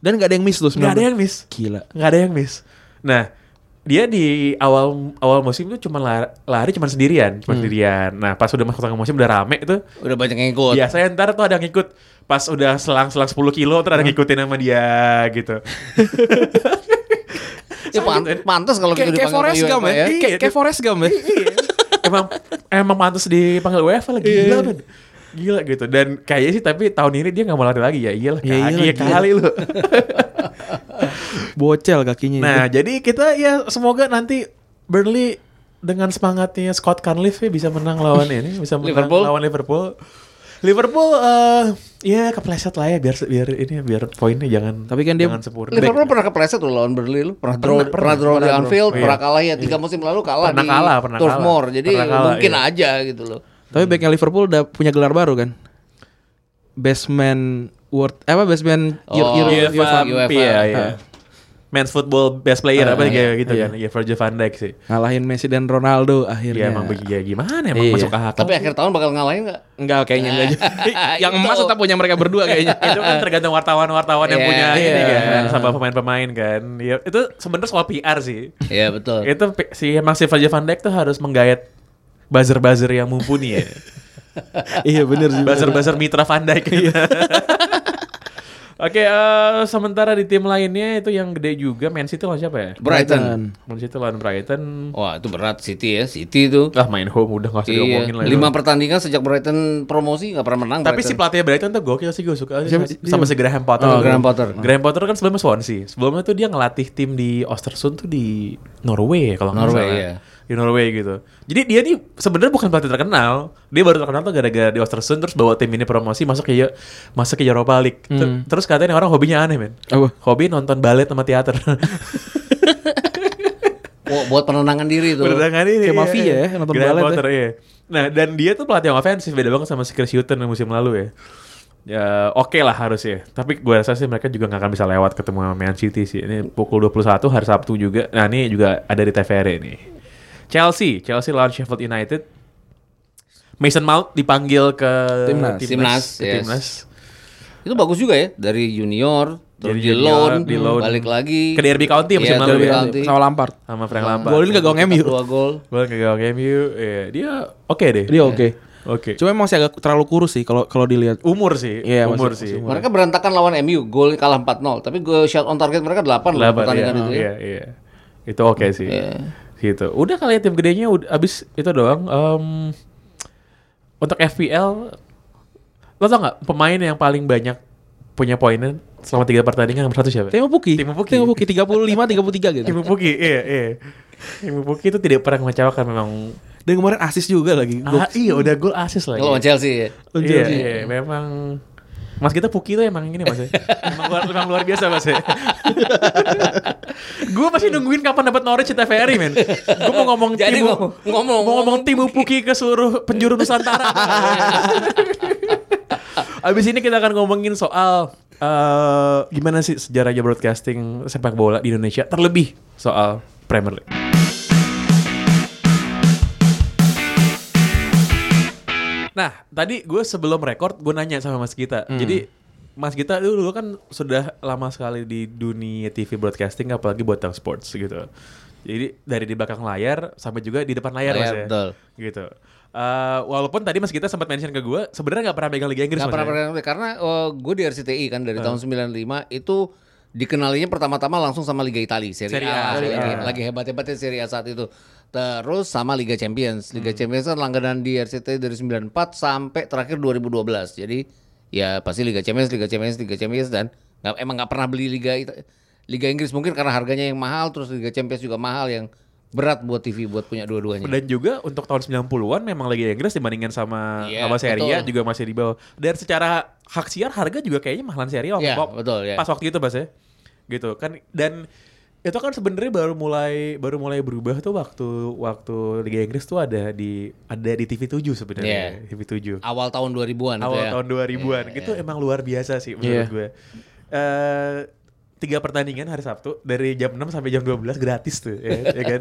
S5: Dan nggak ada yang miss loh
S4: Nggak ada
S5: sebenarnya.
S4: yang miss.
S5: Gila.
S4: Nggak ada yang miss. Nah, dia di awal awal musim itu cuma lari, lari cuma sendirian,
S5: Hmm.
S4: cuma sendirian. Nah, pas udah masuk tengah musim udah rame itu.
S3: Udah banyak yang ikut.
S4: Biasanya ntar tuh ada yang ngikut pas udah selang-selang 10 kilo terus ada
S5: Hmm.
S4: yang ngikutin sama dia gitu.
S3: Ya, pan- pantas kalau gitu
S5: Kayak kayak
S3: dipanggil
S5: Forrest
S3: sama
S5: Gump ya.
S3: UEFA
S5: Kayak- Kayak Forrest Gump ya.
S4: Iya, emang emang pantas dipanggil UEFA lagi
S5: Iya.
S4: gila men. Gila gitu dan kayaknya sih tapi tahun ini dia nggak mau lari lagi ya iyalah
S5: Ya
S4: kaki
S5: iyalah,
S4: ya kali lu.
S5: Bocel kakinya.
S4: Nah, jadi kita ya semoga nanti Burnley dengan semangatnya Scott Cunliffe ya bisa menang lawan ini, bisa menang
S3: Liverpool.
S4: lawan Liverpool. Liverpool eh ya kepleset lah ya biar biar ini biar poinnya jangan
S5: Tapi kan dia-
S4: jangan Iya. sempurna.
S3: Liverpool pernah kepleset loh lawan Burnley lu. Pernah draw,
S4: Pernah,
S3: pernah,
S4: pernah,
S3: draw
S4: pernah
S3: di Anfield,
S4: draw.
S3: pernah
S4: Iya.
S3: kalah ya tiga musim lalu kalah
S4: Pernah
S3: di
S4: kalah, pernah
S3: Turf
S4: kalah.
S3: Moor. Jadi
S4: Pernah kalah,
S3: mungkin
S4: iya.
S3: aja gitu loh.
S5: Tapi backnya Liverpool udah punya gelar baru kan? Baseman World eh, apa baseman Euro-
S3: Oh,
S5: Euro-
S3: iya,
S5: UEFA.
S3: Pak.
S4: UEFA, iya, iya.
S5: Ah.
S4: Men's football best player
S5: Ah,
S4: apa
S5: iya,
S4: kayak gitu kan. Ya Virgil van Dijk sih.
S5: Ngalahin Messi dan Ronaldo akhirnya.
S4: Ya emang begitu ya gimana emang
S5: Iya.
S4: masuk akal.
S3: Tapi akhir tahun bakal ngalahin nggak?
S5: Enggak kayaknya enggak juga. Yang
S3: Itu.
S5: emas tetap punya mereka berdua kayaknya.
S4: itu kan tergantung wartawan-wartawan yang
S3: Iya,
S4: punya ini
S5: iya.
S4: kan sama pemain-pemain kan. Ya, itu sebenarnya soal PR sih.
S3: Iya betul.
S4: itu pi- si emang si Virgil van Dijk tuh harus menggayat buzzer-buzzer yang mumpuni ya.
S5: iya bener sih. Iya.
S4: buzzer-buzzer Mitra Van Dijk. Oke, eh, sementara di tim lainnya itu yang gede juga Man City lawan siapa ya?
S3: Brighton.
S4: Man City lawan Brighton.
S3: Wah itu berat City ya, City itu.
S4: Ah, main home udah gak usah
S3: Iya,
S4: diomongin lagi.
S3: lima pertandingan sejak Brighton promosi nggak pernah menang.
S4: Tapi si
S3: Brighton.
S4: pelatih Brighton tuh gokil sih gue suka sama, sama si Graham Potter.
S3: Oh, Graham Potter.
S4: Graham Potter kan sebelumnya Swansea. Sebelumnya tuh dia ngelatih tim di Ostersund tuh di Norway ya kalau nggak
S3: Norway,
S4: salah.
S3: iya.
S4: Di Norway gitu. Jadi dia nih sebenarnya bukan pelatih terkenal. Dia baru terkenal tuh gara-gara di Ostersund terus bawa tim ini promosi masuk ke masuk ke Europa League. Ter-
S3: Hmm.
S4: Terus katanya orang hobinya aneh, men.
S5: Apa?
S4: Hobi nonton balet sama teater.
S3: Wah, buat penenangan diri itu.
S4: Benerangan ini.
S5: Gitu.
S4: iya.
S5: Kayak mafia ya, nonton
S4: Graham
S5: balet ya.
S4: Potter, iya. Nah, dan dia tuh pelatih yang ofensif beda banget sama si Chris Hutton yang musim lalu ya. Ya oke lah harusnya. Tapi gue rasa sih mereka juga nggak akan bisa lewat ketemu sama Man City sih. Ini pukul 21 hari Sabtu juga. Nah, ini juga ada di TVR ini. E Chelsea, Chelsea lawan Sheffield United. Mason Mount dipanggil ke
S5: Timnas.
S3: Timnas,
S4: ke
S3: yes.
S4: timnas.
S3: Itu bagus juga ya dari junior, terus
S4: Jadi
S3: di
S4: junior,
S3: loan,
S4: di loan.
S3: balik lagi
S4: Ke Derby County
S3: Iya,
S4: musim lalu
S3: Derby
S4: ya.
S3: County.
S5: Sama Lampard.
S4: sama Frank Lampard.
S5: Golin ke gawang MU.
S3: Dua gol.
S4: Gol ke gawang MU. Iya, dia oke deh.
S5: Dia Iya, oke.
S4: Oke.
S5: Cuma emang sih agak terlalu kurus sih kalau kalau dilihat.
S4: Umur sih,
S5: Iya,
S4: umur
S5: masih-
S4: sih.
S5: masih umur.
S3: Mereka berantakan lawan MU, gol kalah 4-0. Tapi gol shot on target mereka 8 loh
S4: Delapan,
S3: pertandingan
S4: iya.
S3: itu ya.
S4: Iya, iya. Itu oke sih. Gitu. Udah kali ya tim gedenya udah abis itu doang. Em, untuk FPL lo tau nggak pemain yang paling banyak punya poinnya selama tiga pertandingan nomor satu siapa?
S5: Timo Puki.
S4: Timo Pukki.
S5: Timo Puki 35 33 gitu.
S4: Timo Pukki, iya, iya. Timo Pukki itu tidak pernah mengecewakan memang.
S5: Dan kemarin asis juga lagi.
S4: Ah, iya, udah gol asis lagi.
S3: Kalau lawan Chelsea ya.
S5: Lawan
S4: Iya,
S5: Chelsea.
S4: iya, memang Mas kita Puki itu emang ini mas ya. emang, luar, emang luar biasa mas ya. gue masih nungguin kapan dapat Norwich di TVRI men. Gue mau ngomong
S3: Jadi
S4: timu,
S3: ngomong- ngomong-
S4: mau ngomong timu Puki ke seluruh penjuru Nusantara. Abis ini kita akan ngomongin soal eh, gimana sih sejarahnya broadcasting sepak bola di Indonesia terlebih soal Premier League. Nah, tadi gue sebelum rekord gue nanya sama Mas Gita.
S3: Hmm.
S4: Jadi Mas Gita dulu, dulu kan sudah lama sekali di dunia TV broadcasting apalagi buat tentang sports gitu. Jadi dari di belakang layar sampai juga di depan layar,
S3: Layar,
S4: Mas ya.
S3: betul.
S4: Gitu. Eh, walaupun tadi Mas Gita sempat mention ke gue sebenarnya nggak pernah megang Liga Inggris
S3: Gak
S4: Mas
S3: pernah
S4: ya?
S3: pernah karena gue di RCTI kan dari tahun 95 itu dikenalinya pertama-tama langsung sama Liga Italia Serie,
S4: Serie A,
S3: A,
S4: Serie
S3: lagi,
S4: A.
S3: lagi hebat-hebatnya Serie A saat itu terus sama Liga Champions Liga Champions kan langganan di RCTI dari 94 sampai terakhir 2012 jadi ya pasti Liga Champions Liga Champions Liga Champions dan nggak- emang nggak pernah beli Liga Ita- Liga Inggris mungkin karena harganya yang mahal terus Liga Champions juga mahal yang berat buat TV buat punya dua-duanya
S4: Dan juga untuk tahun 90-an memang Liga Inggris dibandingkan sama
S3: Iya,
S4: sama Serie A
S3: betul.
S4: juga masih di bawah. Dan secara hak siar harga juga kayaknya mahalan Serie A
S3: Iya,
S4: waktu-
S3: betul, iya.
S4: pas waktu itu Mas ya. Gitu kan dan itu kan sebenarnya baru mulai baru mulai berubah tuh waktu waktu Liga Inggris tuh ada di ada di TV 7 sebenarnya.
S3: Iya.
S4: TV 7
S3: awal tahun 2000-an itu
S4: awal
S3: ya. iya.
S4: tahun 2000-an itu emang luar biasa sih menurut
S5: Iya.
S4: gue. Eh, tiga pertandingan hari Sabtu dari jam 6 sampai jam 12 gratis tuh ya, ya kan.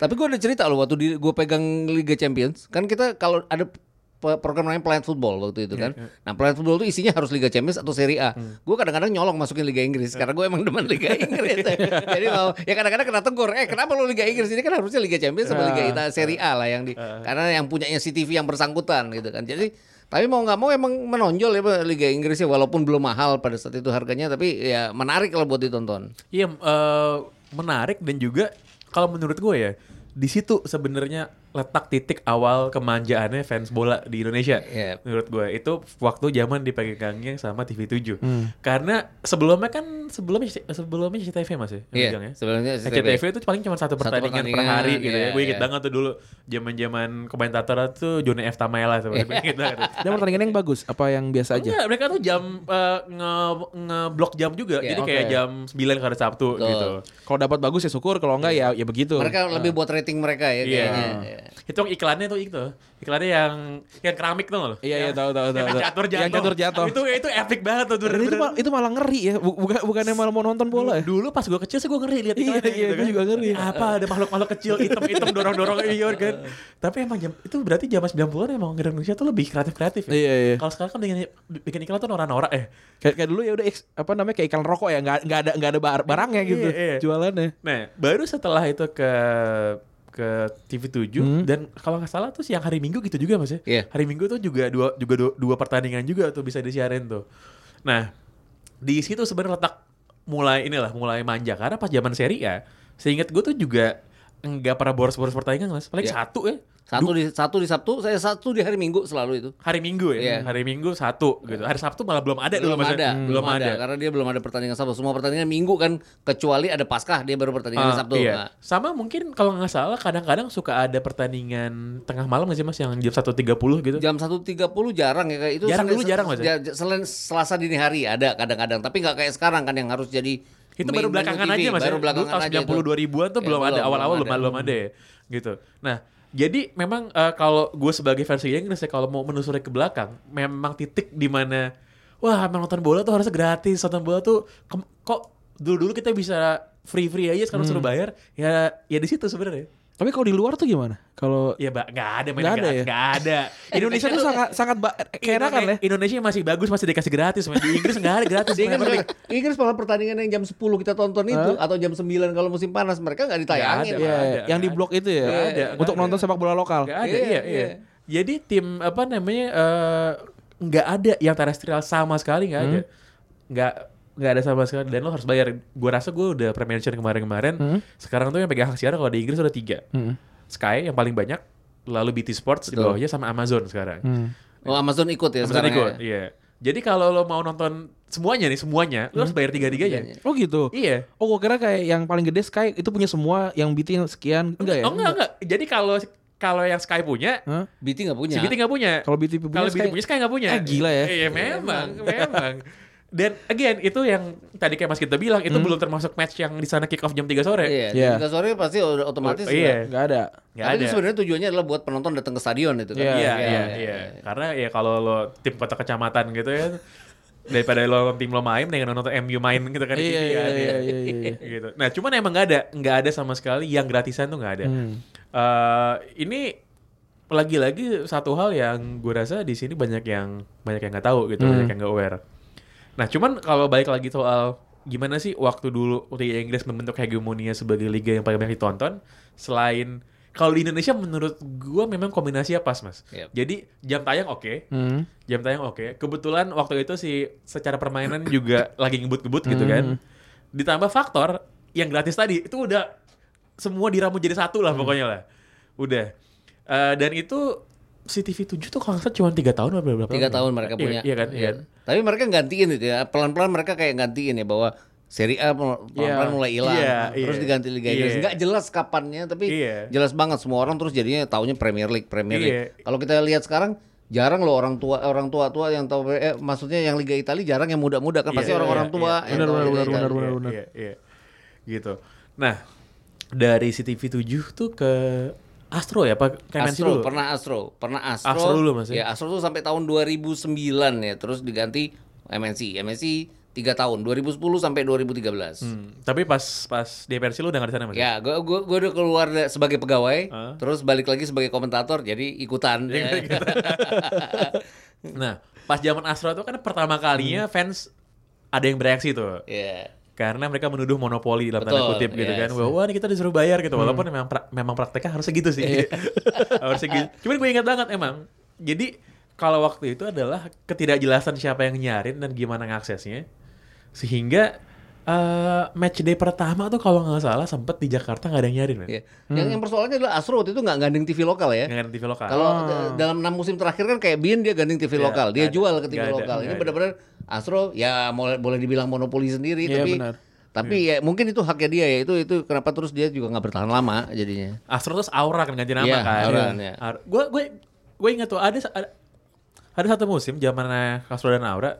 S3: Tapi gue ada cerita loh waktu di, gue pegang Liga Champions kan kita kalau ada pe- program namanya Planet Football waktu itu kan. Nah Planet Football itu isinya harus Liga Champions atau Serie A. Gue kadang-kadang nyolong masukin Liga Inggris karena gue emang demen Liga Inggris. Jadi mau ya kadang-kadang kena tegur. Eh kenapa lo Liga Inggris ini kan harusnya Liga Champions sama Liga Ita Serie A lah yang di karena yang punyanya CTV yang bersangkutan gitu kan. Jadi tapi mau nggak mau emang menonjol ya Pak, Liga Inggrisnya walaupun belum mahal pada saat itu harganya tapi ya menarik lah buat ditonton.
S4: Iya, eh, menarik dan juga kalau menurut gue ya, di situ sebenarnya letak titik awal kemanjaannya fans bola di Indonesia.
S3: Yep.
S4: Menurut gue itu waktu zaman dipegangnya sama TV 7.
S3: Hmm.
S4: Karena sebelumnya kan sebelumnya sebelumnya CTV Mas ya. yang
S3: Iya,
S4: pegang ya?
S3: sebelumnya CTV.
S4: CTV itu paling cuma
S3: Satu
S4: satu pertandingan, per
S3: pertandingan,
S4: hari gitu ya.
S3: iya,
S4: Gue inget
S3: iya.
S4: banget tuh dulu zaman-zaman komentator tuh Joni F Tamaela tuh.
S3: Iya.
S4: Gue inget banget.
S5: Dan pertandingan yang bagus apa yang biasa aja?
S4: Enggak, mereka tuh jam eh, nge ngeblok jam juga.
S3: Iya.
S4: Jadi kayak
S5: Oke.
S4: jam 9 hari Sabtu
S3: Betul.
S4: gitu.
S5: Kalau dapat bagus ya syukur, kalau enggak ya ya begitu.
S3: Mereka lebih buat rating mereka ya
S4: Iya.
S3: kayaknya. Iya.
S4: Itu yang iklannya tuh itu. Iklannya yang yang keramik tuh loh.
S5: Iya, iya,
S4: Yang-
S5: tahu, tahu,
S4: yang
S5: tahu, tahu.
S4: catur jatuh.
S5: Yang catur jatuh.
S4: Itu itu epic banget tuh.
S5: Dan itu mal- itu malah ngeri ya, bu- bukan bukannya malah mau nonton bola ya.
S4: Dulu pas gue kecil sih gue ngeri lihat
S5: Iya,
S4: iklannya gitu kan.
S5: iya, gua juga ngeri.
S4: Apa ada makhluk-makhluk kecil item-item dorong-dorong iya kan. Tapi emang jam, itu berarti zaman 90-an emang orang Indonesia tuh lebih kreatif-kreatif ya.
S5: Iya, iya.
S4: Kalau sekarang kan bikin, bikin iklan tuh norak-norak ya.
S5: Kayak, kayak dulu ya udah eks- apa namanya kayak iklan rokok ya, nggak nggak ada nggak ada bar- barangnya gitu
S4: Iya, iya.
S5: jualannya.
S4: Nah, baru setelah itu ke ke ke TV7 dan kalau nggak salah tuh siang hari Minggu gitu juga Mas ya.
S3: Hmm. Iya.
S4: Hari Minggu tuh juga dua juga dua, dua pertandingan juga tuh bisa disiarin tuh. Nah, di situ sebenarnya letak mulai inilah mulai manja karena pas zaman seri ya, seingat gue tuh juga nggak pernah boros-boros pertandingan Mas. Paling
S3: Iya.
S4: satu ya.
S3: Satu di satu di Sabtu, saya satu di hari Minggu selalu itu.
S4: Hari Minggu ya.
S3: Iya.
S4: Hari Minggu satu gitu. Hari Sabtu malah belum ada dulu
S3: belum
S4: Mas. ya.
S3: ada, belum ada. karena dia belum ada pertandingan Sabtu. Semua pertandingan Minggu kan kecuali ada Paskah dia baru pertandingan
S4: Ah,
S3: Sabtu.
S4: iya.
S3: Nah,
S4: Sama mungkin kalau nggak salah kadang-kadang suka ada pertandingan tengah malam nggak sih mas yang jam 1.30 gitu.
S3: Nah, Jam 1.30 jarang ya kayak itu.
S4: Jarang
S3: selain-
S4: dulu, jarang, Mas, ya?
S3: ja- ja- Selain Selasa dini hari ada kadang-kadang, tapi nggak kayak sekarang kan yang harus jadi
S4: itu
S3: main
S4: baru
S3: menu
S4: belakangan
S3: TV,
S4: aja mas.
S3: Baru
S4: ya.
S3: belakangan
S4: Dulu
S3: aja.
S4: tahun 90
S3: itu.
S4: 2000-an tuh
S3: Ya,
S4: belum ada awal-awal
S3: belum
S4: belum, belum ada ya gitu. Nah, jadi memang eh, kalau gue sebagai versi Inggris ya kalau mau menelusuri ke belakang memang titik di mana wah emang nonton bola tuh harusnya gratis, nonton bola tuh kem- kok dulu-dulu kita bisa free-free aja sekarang suruh bayar ya ya di situ sebenarnya.
S5: Tapi kalau di luar tuh gimana? Kalau
S4: Ya, Mbak, nggak ada mainan
S5: Nggak ada
S4: gratis,
S5: ya?
S4: nggak ada.
S5: Indonesia tuh sangat sangat ba- kan ya.
S4: Indonesia, Indonesia masih bagus masih dikasih gratis men. di Inggris nggak ada gratis
S3: Di Inggris,
S4: Premier League.
S3: Inggris malah pertandingan yang jam 10 kita tonton itu atau jam 9 kalau musim panas mereka nggak ditayangin.
S4: Nggak
S5: Iya,
S4: ada,
S5: yang di
S4: nggak
S5: blok itu ya.
S4: Nggak ada,
S5: Untuk
S4: nggak
S5: nonton sepak bola lokal.
S4: nggak ada
S3: Iya,
S4: iya
S3: iya.
S4: iya jadi tim apa namanya eh, nggak ada yang terestrial sama sekali nggak
S3: Hmm.
S4: ada nggak nggak ada sama sekali dan lo harus bayar gua rasa gua udah premonition kemarin-kemarin
S3: Hmm.
S4: sekarang tuh yang pegang hak siaran kalau di Inggris udah tiga Sky yang paling banyak lalu BT Sports di
S3: Betul.
S4: bawahnya sama Amazon sekarang
S5: Hmm.
S3: Oh Amazon ikut ya
S4: Amazon
S3: sekarang
S4: ikut
S3: ya?
S4: iya jadi kalau lo mau nonton semuanya nih semuanya
S3: Hmm.
S4: lo harus bayar tiga-tiganya
S5: Oh gitu.
S4: iya
S5: Oh gua kira kayak yang paling gede Sky itu punya semua yang BT sekian enggak ya?
S4: oh enggak enggak jadi kalau kalau yang Sky punya
S5: Hah?
S3: BT nggak punya.
S4: Si BT nggak punya.
S5: Kalau BT punya,
S4: Kalau BT
S5: Sky-
S4: punya Sky nggak punya.
S5: Eh, gila ya.
S4: Iya memang, memang. Dan again itu yang tadi kayak Mas kita bilang itu belum termasuk match yang di sana kick off jam 3 sore.
S3: Iya,
S5: Hmm. Iya.
S3: jam 3 sore pasti otomatis.
S4: Oh, iya.
S5: Enggak ada.
S4: Nggak
S3: Tapi
S4: ada.
S3: sebenarnya tujuannya adalah buat penonton datang ke stadion itu kan.
S5: Iya,
S4: Iya, iya, iya. Karena ya kalau lo tim kota kecamatan gitu ya daripada lo nonton tim lo main dengan nonton MU main gitu kan di TV
S5: Iya, iya,
S4: kan,
S5: iya,
S4: ya.
S5: iya, iya.
S4: gitu. Nah, cuman emang nggak ada, nggak ada sama sekali yang gratisan tuh nggak ada.
S5: Hmm.
S4: Eh, ini lagi-lagi satu hal yang gue rasa di sini banyak yang banyak yang nggak tahu gitu, banyak yang nggak aware. Nah, cuman kalau balik lagi soal gimana sih waktu dulu Liga Inggris membentuk hegemonia sebagai liga yang paling banyak ditonton, selain kalau di Indonesia menurut gue memang kombinasinya pas mas.
S3: Yep.
S4: Jadi jam tayang oke,
S5: Hmm.
S4: Jam tayang oke. Kebetulan waktu itu sih secara permainan juga lagi ngebut-ngebut gitu kan. Ditambah faktor yang gratis tadi itu udah semua diramu jadi satu lah pokoknya lah. Udah. Eh, dan itu si TV 7 tuh kalau nggak salah cuma 3 tahun apa berapa?
S3: Tiga
S4: tahun?
S3: tahun mereka
S4: Iya-
S3: punya.
S4: Iya kan? Iya. kan?
S3: Tapi mereka gantiin itu ya. Pelan-pelan mereka kayak gantiin ya bahwa Seri A mul- pelan-pelan
S5: Iya.
S3: mulai hilang,
S4: Iya,
S3: terus
S4: iya.
S3: diganti Liga Inggris.
S4: Iya.
S3: Nggak jelas kapannya, tapi
S4: Iya.
S3: jelas banget semua orang terus jadinya taunya Premier League, Premier
S4: Iya.
S3: League. Kalau kita lihat sekarang jarang loh orang tua orang tua tua yang tahu eh, maksudnya yang Liga Italia jarang yang muda-muda kan pasti
S4: Iya,
S3: orang-orang
S4: iya,
S3: tua.
S4: iya.
S3: yang
S5: Benar,
S3: tahu kan.
S5: benar,
S3: Liga
S5: benar,
S3: Italia.
S5: benar, benar.
S4: Iya, iya. Gitu. Nah, dari CTV 7 tuh ke Astro ya Pak? Kayak
S3: Astro, pernah Astro, pernah Astro.
S4: Astro dulu, Mas, ya?
S3: Ya, Astro tuh sampai tahun 2009 ya, terus diganti MNC. MNC 3 tahun, 2010 sampai 2013.
S4: Hmm, tapi pas pas di Persi lu udah nggak di sana mas?
S3: Ya, gua gua gua udah keluar da- sebagai pegawai,
S4: Hah?
S3: terus balik lagi sebagai komentator jadi ikutan. Ya. Hmm.
S4: Nah, pas zaman Astro itu kan pertama kalinya fans ada yang bereaksi tuh.
S3: Iya.
S4: Karena mereka menuduh monopoli dalam tanda
S3: Betul,
S4: kutip gitu
S3: yes. Hmm.
S4: kan. Wah, wah, ini kita disuruh bayar gitu. Walaupun memang pra- memang prakteknya harusnya gitu
S3: Iya.
S4: sih. harusnya gitu. Cuman gue ingat banget emang. Jadi kalau waktu itu adalah ketidakjelasan siapa yang nyarin dan gimana ngaksesnya. Sehingga eh, match day pertama tuh kalau nggak salah sempet di Jakarta nggak ada yang nyarin.
S3: Iya. Yang yang persoalannya adalah Astro waktu itu nggak gandeng TV lokal ya.
S4: Nggak ada di TV lokal.
S5: Ah.
S3: Kalau da- dalam enam musim terakhir kan kayak Bin dia gandeng TV
S4: Iya,
S3: lokal, dia
S4: nggak ada,
S3: jual ke TV
S4: nggak ada,
S3: lokal. Ini
S4: nggak ada.
S3: benar-benar Astro ya boleh boleh dibilang monopoli sendiri
S5: Iya,
S3: tapi
S5: benar.
S3: tapi ya
S4: Iya.
S3: mungkin itu haknya dia ya itu itu kenapa terus dia juga nggak bertahan lama jadinya.
S4: Astro terus Aura kan ganti nama
S3: Iya,
S4: kan.
S3: Aura, iya.
S4: Gue gue gue ingat tuh ada ada, ada satu musim zamannya Astro dan Aura.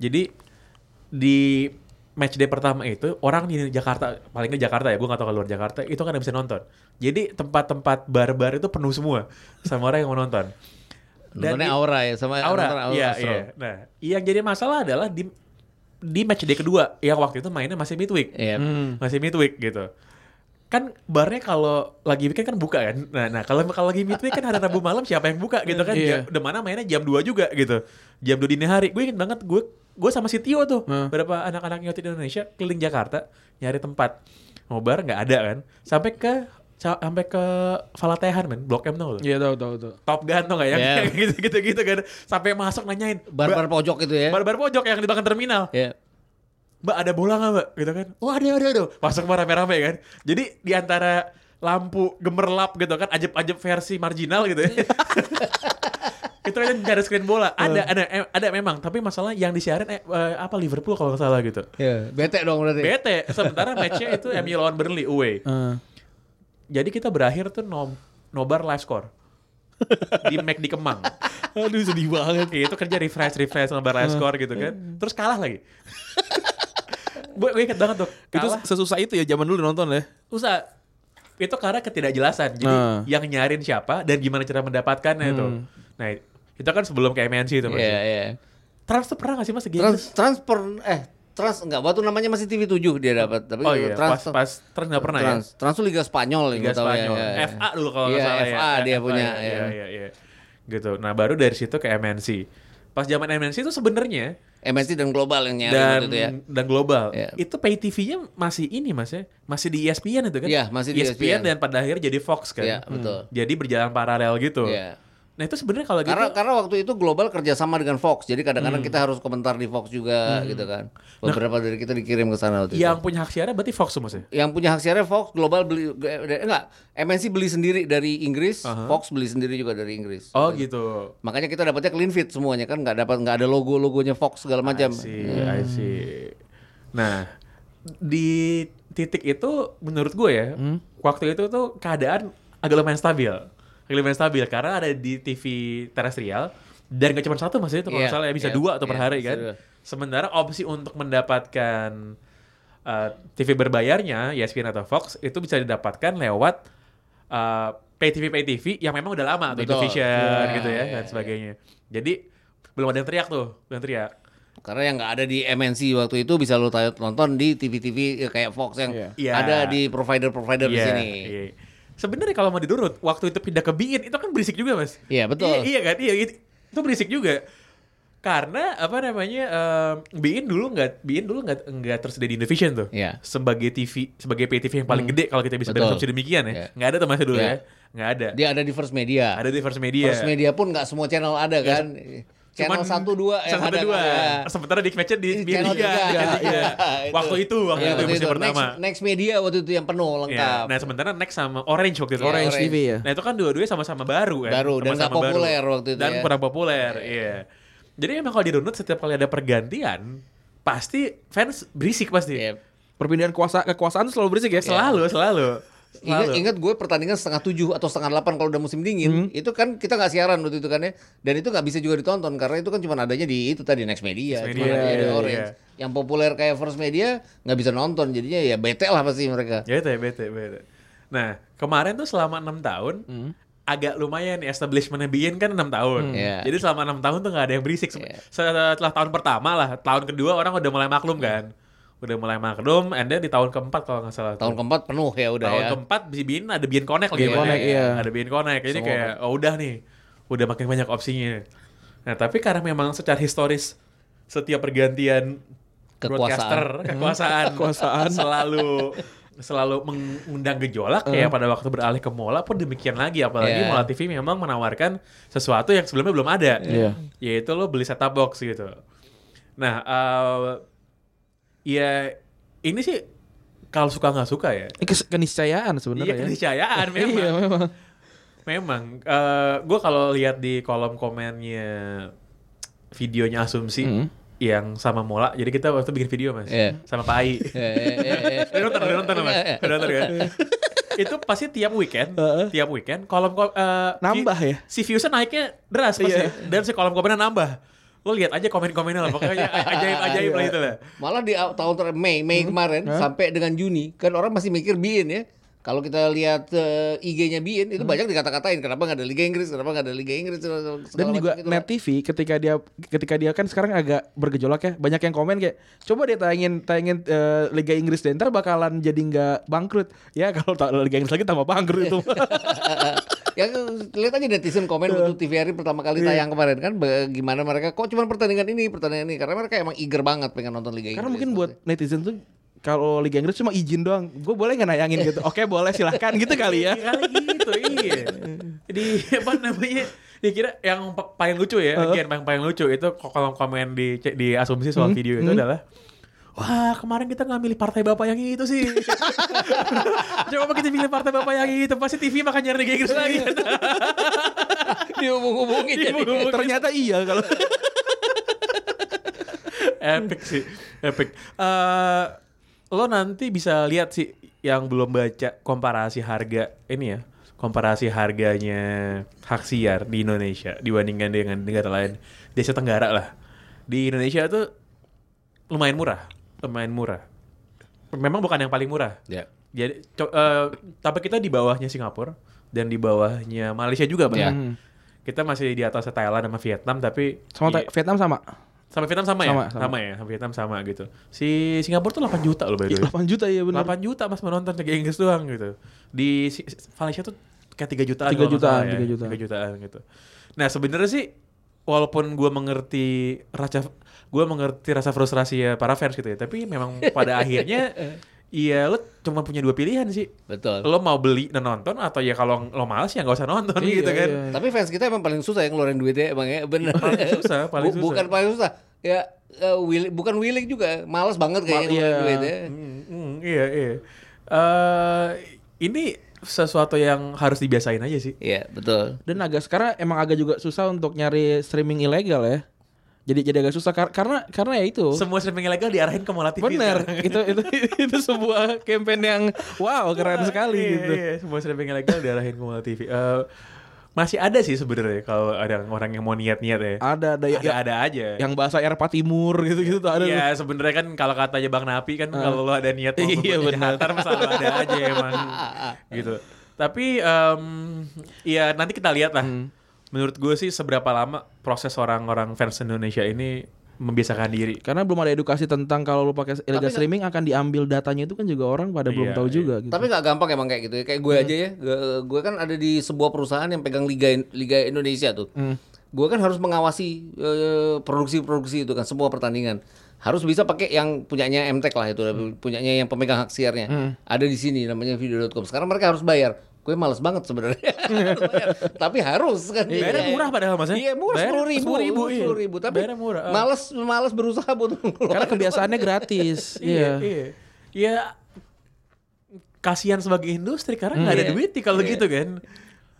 S4: Jadi di match day pertama itu orang di Jakarta paling nggak Jakarta ya gue nggak tahu kalau luar Jakarta itu kan ada yang bisa nonton jadi tempat-tempat bar-bar itu penuh semua sama orang yang mau nonton Dan
S3: Nontonnya
S4: di-
S3: Aura ya sama nonton
S4: Aura, iya,
S3: Astro.
S4: iya. Nah, yang jadi masalah adalah di di match day kedua yang waktu itu mainnya masih midweek.
S3: Iya.
S5: Hmm.
S4: Masih midweek gitu. Kan barnya kalau lagi weekend kan buka kan. Nah, nah kalau kalau lagi midweek kan hari Rabu malam siapa yang buka gitu kan.
S5: Iya.
S4: Ya, Udah mana mainnya jam 2 juga gitu. Jam 2 dini hari. Gue inget banget gue gue sama si Tio tuh,
S5: Hmm.
S4: berapa anak-anak ngikutin Indonesia keliling Jakarta nyari tempat. Mau bar nggak ada kan. Sampai ke ca- sampai ke Falatehan men, Blok M tau lu?
S5: Iya tahu tahu tahu.
S4: Top Gun tau gak ya?
S3: Iya.
S4: Gitu-gitu gitu kan. Sampai masuk nanyain.
S3: Barbar pojok itu ya.
S4: Barbar pojok yang di belakang terminal.
S3: Ya.
S4: Mbak ada bola nggak mbak? Gitu kan? Wah ada ada ada. Masuk mah rame-rame kan. Jadi di antara lampu gemerlap gitu kan, ajeb-ajeb versi marginal gitu ya. itu kan nggak ada screen bola. Ada ada em- ada memang. Tapi masalah yang disiarin eh, eh, apa Liverpool kalau nggak salah gitu.
S3: Ya, bete dong berarti.
S4: Bete. Sementara matchnya itu MU lawan Burnley away.
S5: Eh,
S4: Jadi kita berakhir tuh no, nobar live score di Mac di Kemang.
S5: Aduh sedih banget.
S4: Iya, itu kerja refresh refresh nobar live score gitu kan. Terus kalah lagi. gue gue inget banget tuh.
S5: Itu
S4: Kalah.
S5: sesusah itu ya zaman dulu nonton ya.
S4: Usah itu karena ketidakjelasan. Jadi
S5: Nah.
S4: yang nyarin siapa dan gimana cara mendapatkannya itu. Nah, itu kan sebelum ke MNC itu Mas.
S3: Iya, iya.
S4: Trans tuh pernah gak sih Mas
S5: Gitu.
S4: Game
S3: Trans transfer eh trans enggak waktu namanya masih TV 7 dia dapat tapi
S4: Oh iya,
S3: trans
S4: pas pas Trans gak pernah
S3: trans,
S4: ya.
S3: trans tuh Liga Spanyol yang
S4: Liga
S3: gua tahu
S4: Spanyol.
S3: ya, ya, ya.
S4: FA dulu kalau nggak
S3: Iya,
S4: salah ya.
S3: FA dia
S4: FA,
S3: punya.
S4: Iya,
S3: ya.
S4: iya, iya. Gitu. Nah, baru dari situ ke MNC. Pas zaman MNC itu sebenarnya
S3: MNC dan global yang nyari
S4: dan
S3: gitu ya.
S4: dan global.
S3: Iya.
S4: Itu pay TV-nya masih ini Mas ya. Masih di ESPN itu kan?
S3: Iya, masih di ESPN.
S4: ESPN, dan pada akhirnya jadi Fox kan.
S3: Iya, betul.
S4: Jadi berjalan paralel gitu.
S3: Iya.
S4: Nah, itu Hmm. sebenarnya kalau gitu
S3: Karena kan karena waktu itu global kerjasama dengan Fox, jadi kadang-kadang kita harus komentar di Fox juga gitu kan. Beberapa dari kita dikirim ke sana waktu
S4: Hmm. Nah, yang
S3: itu.
S4: punya hak siarnya berarti Fox Mas ya.
S3: Yang punya hak siarnya Fox global beli eh, enggak MNC beli sendiri dari Inggris, Fox beli sendiri juga dari Inggris.
S4: Oh gitu.
S3: Makanya kita dapatnya clean feed semuanya kan nggak dapat nggak ada logo logonya Fox segala macam. Hmm.
S4: I see, I see. Nah, di titik itu menurut gue ya,
S3: Hmm.
S4: waktu itu tuh keadaan agak lumayan stabil. Agak lumayan stabil karena ada di TV terestrial dan gak cuma satu mas itu kalau
S3: Iya,
S4: nggak salah ya bisa
S3: iya,
S4: dua atau per
S3: iya,
S4: hari
S3: bisa
S4: kan.
S3: dua.
S4: Sementara opsi untuk mendapatkan uh, TV berbayarnya, E ESPN atau Fox itu bisa didapatkan lewat uh, pay TV pay TV yang memang udah lama tuh
S3: Betul.
S4: Indovision
S3: Iya,
S4: gitu ya
S3: iya,
S4: dan sebagainya. Jadi belum ada yang teriak tuh, belum ada yang teriak.
S3: Karena yang nggak ada di MNC waktu itu bisa lo tay- nonton di TV-TV kayak Fox yang
S4: Iya.
S3: ada di provider-provider di
S4: Iya,
S3: sini.
S4: iya. Sebenarnya kalau mau didurut, waktu itu pindah ke Biin itu kan berisik juga, Mas.
S3: Iya, betul.
S4: Iya, iya kan? Iya, itu, itu berisik juga. Karena apa namanya? em, Biin dulu nggak Biin dulu nggak nggak tersedia di Indovision tuh.
S3: Iya. Hmm.
S4: Sebagai TV sebagai PTV yang paling gede kalau kita bisa
S3: Betul.
S4: berasumsi demikian
S3: Iya.
S4: ya. Nggak ada tuh Mas dulu
S3: Iya.
S4: ya. Nggak ada.
S3: Dia ada di First Media.
S4: Ada di First Media.
S3: First Media pun nggak semua channel ada kan. Channel satu dua yang
S4: Iya. satu
S3: ada.
S4: dua.
S3: ya.
S4: Sementara di match di
S3: Di
S4: Biin
S3: channel
S4: tiga,
S3: tiga. Iya,
S4: Biin tiga.
S3: Itu.
S4: Waktu itu waktu
S3: Iya,
S4: itu
S3: waktu
S4: musim
S3: itu.
S4: pertama.
S3: Next, next Media waktu itu yang penuh lengkap.
S4: Ya, nah sementara next sama Orange waktu itu.
S3: Iya,
S5: Orange
S3: Orange.
S5: TV ya.
S4: Nah itu kan dua-duanya sama-sama baru kan.
S3: Baru, dan
S4: Sama-sama
S3: nggak populer waktu itu
S4: Dan
S3: ya.
S4: kurang populer, iya. Jadi emang kalau di Runut setiap kali ada pergantian, pasti fans berisik pasti.
S3: Iya.
S5: Perpindahan kuasa kekuasaan tuh selalu berisik ya.
S4: Selalu, selalu.
S3: Ingat,
S4: Selalu.
S3: ingat gue pertandingan setengah tujuh atau setengah delapan kalau udah musim
S4: Hmm.
S3: dingin itu kan kita nggak siaran waktu itu kan ya dan itu nggak bisa juga ditonton karena itu kan cuma adanya di itu tadi next media,
S4: Next
S3: cuma
S4: Media,
S3: adanya di
S4: iya,
S3: orange
S4: iya.
S3: yang populer kayak first media nggak bisa nonton jadinya ya bete lah pasti mereka
S4: Ya itu ya, bete, bete. Nah kemarin tuh selama enam tahun,
S5: Hmm.
S4: agak lumayan nih establishment Biin kan enam
S3: Hmm.
S4: tahun.
S3: Iya.
S4: Jadi selama enam tahun tuh nggak ada yang berisik. Se- Setelah tahun pertama lah, tahun kedua orang udah mulai maklum kan. Udah mulai maklum, and then di tahun keempat kalau nggak salah. tuh.
S3: tahun keempat penuh ya udah
S4: tahun
S3: ya
S4: keempat si Bin ada Bin Connect lagi
S5: Bin
S4: Bin,
S5: Connect,
S4: ya.
S5: iya.
S4: ada Bin Connect jadi
S3: Semua
S4: kayak oh udah nih udah makin banyak opsinya nah tapi karena memang secara historis setiap pergantian
S3: Kekuasaan.
S4: broadcaster kekuasaan,
S5: Kekuasaan.
S4: selalu selalu mengundang gejolak ya pada waktu beralih ke Mola pun demikian lagi apalagi
S3: Iya.
S4: Mola TV memang menawarkan sesuatu yang sebelumnya belum ada
S5: Iya.
S4: yaitu lo beli set-top box gitu nah eh, ya ini sih kalau suka nggak suka ya
S5: Ini kes- keniscayaan sebenarnya
S4: iya,
S5: ya.
S4: keniscayaan memang.
S5: Iya memang.
S4: Memang. gue kalau lihat di kolom komennya videonya asumsi
S5: Hmm.
S4: yang sama Mola, jadi kita waktu itu bikin video mas,
S3: Iya.
S4: sama Pak
S3: Eh,
S4: Ai.
S5: iya,
S3: eh, eh, eh.
S4: Udah nonton, udah nonton mas, udah nonton kan? itu pasti tiap weekend, tiap weekend kolom kom- eh,
S5: Nambah
S4: vi-
S5: ya? Iya.
S4: Si viewsnya naiknya deras pasti, dan si kolom komennya nambah. Lo lihat aja komen-komennya lah, pokoknya ajaib-ajaib
S5: Iya,
S4: lah itu lah.
S3: Malah di au- tahun ter- Mei, Mei
S5: Hmm.
S3: kemarin sampai dengan Juni kan orang masih mikir Biin ya. Kalau kita lihat eh, IG-nya Biin itu banyak dikata-katain kenapa nggak ada Liga Inggris, kenapa nggak ada Liga Inggris segala- segala
S5: Hmm. Dan
S3: macam
S5: juga
S3: gitu lah.
S5: net TV ketika dia ketika dia kan sekarang agak bergejolak ya. Banyak yang komen kayak coba dia tayangin tayangin eh, Liga Inggris deh ntar bakalan jadi nggak bangkrut. Ya kalau ta- Liga Inggris lagi tambah bangkrut itu.
S3: ya lihat aja netizen
S5: Iya.
S3: komen untuk TVRI pertama kali tayang kemarin kan bagaimana mereka kok cuma pertandingan ini pertandingan ini karena mereka emang eager banget pengen nonton Liga Inggris.
S5: Karena mungkin buat netizen tuh kalau Liga Inggris cuma izin doang. Gue boleh nggak nayangin gitu? Oke boleh silahkan gitu kali ya.
S4: Kali gitu iya. Di apa namanya? Dikira yang pa- paling lucu ya, again, yang paling lucu itu ko- kolom komen di ce- di asumsi
S5: Hmm.
S4: soal video itu adalah Wah kemarin kita nggak milih partai bapak yang itu sih Coba kita milih partai bapak yang itu Pasti TV makan nyari Liga Inggris lagi
S3: Dihubung-hubungin jadi.
S4: Dihubung-hubungin.
S5: Ternyata iya kalau
S4: epic sih, epic. Eh, lo nanti bisa lihat sih yang belum baca komparasi harga ini ya, komparasi harganya hak siar di Indonesia dibandingkan dengan negara lain di Asia Tenggara lah. Di Indonesia tuh lumayan murah, lumayan murah. Memang bukan yang paling murah.
S3: Ya.
S4: Jadi, co- eh, tapi kita di bawahnya Singapura dan di bawahnya Malaysia juga, Bang.
S3: Ya.
S5: Hmm.
S4: Kita masih di atas Thailand sama Vietnam, tapi
S5: sama
S4: i-
S5: Tha- Vietnam sama.
S4: sama Vietnam sama,
S5: Sama,
S4: ya?
S5: sama.
S4: Sama. ya, sama Vietnam sama gitu. Si Singapura tuh 8 juta loh by the way.
S5: 8 juta iya benar.
S4: 8 juta mas menonton Liga Inggris doang gitu. Di si- si- Malaysia tuh kayak 3 jutaan.
S5: 3
S4: kalau nggak
S5: jutaan,
S4: salah
S5: 3 jutaan.
S4: 3 jutaan gitu. Nah sebenarnya sih walaupun gua mengerti rasa gua mengerti rasa frustrasi ya para fans gitu ya. Tapi memang pada akhirnya Iya, lo cuma punya dua pilihan sih.
S3: Betul.
S4: Lo mau beli dan nonton atau ya kalau lo males ya nggak usah nonton
S5: Iya,
S4: gitu kan.
S5: iya.
S3: Tapi fans kita emang paling susah yang ngeluarin duitnya emang ya bener.
S4: Iya, Paling susah, paling susah.
S3: Bukan paling susah. Ya eh, willing- bukan willing juga, malas banget kayak
S5: Ma-
S3: ngeluarin
S5: iya.
S3: duitnya.
S4: Mm, mm, iya iya. Eh, ini sesuatu yang harus dibiasain aja sih.
S3: Iya, betul.
S5: Dan agak sekarang emang agak juga susah untuk nyari streaming ilegal ya. Jadi jadi agak susah kar- karena karena ya itu.
S4: Semua streaming ilegal diarahin ke Mola TV.
S5: Bener,
S4: sekarang.
S5: itu itu itu sebuah campaign yang wow keren sekali
S4: Iya,
S5: gitu.
S4: Iya, semua streaming ilegal diarahin ke Mola TV. Eh, masih ada sih sebenarnya kalau ada orang yang mau niat-niat ya.
S5: Ada ada, ya-
S4: Ada ada aja.
S5: yang bahasa Eropa Timur gitu-gitu tuh ada. tuh.
S4: Iya sebenarnya kan kalau katanya Bang Napi kan kalau lo ada niat mau
S5: Iya,
S4: iya,
S5: benar.
S4: hantar masalah ada aja emang gitu. Tapi em, ya nanti kita lihat lah. Menurut gue sih seberapa lama proses orang-orang fans Indonesia ini membiasakan diri.
S5: Karena belum ada edukasi tentang kalau lu pakai illegal
S3: nggak-
S5: streaming akan diambil datanya itu kan juga orang pada belum
S4: Iya,
S5: tahu
S4: iya.
S5: juga gitu.
S3: Tapi nggak gampang emang kayak gitu. ya. Kayak gue
S4: Hmm.
S3: aja ya, gue, gue kan ada di sebuah perusahaan yang pegang liga liga Indonesia tuh.
S4: Hmm.
S3: Gue kan harus mengawasi eh, produksi-produksi itu kan semua pertandingan. Harus bisa pakai yang punyanya MTech lah itu,
S4: Hmm.
S3: punyanya yang pemegang hak siarnya. Ada di sini namanya video.com. Sekarang mereka harus bayar. Gue males banget sebenarnya. Harus bayar. Tapi harus kan. Iya.
S4: Bayarnya murah padahal, Mas, ya?
S3: Iya murah
S4: Bayarnya
S3: sepuluh ribu,
S4: 10.000, iya.
S3: sepuluh ribu. Tapi
S4: Bayarnya murah, ah.
S3: males males berusaha buat
S5: Karena kebiasaannya gratis.
S4: Iya,
S5: Iya.
S4: iya. Ya kasihan sebagai industri karena nggak ada
S3: Iya.
S4: duit nih kalau
S3: Iya.
S4: gitu kan.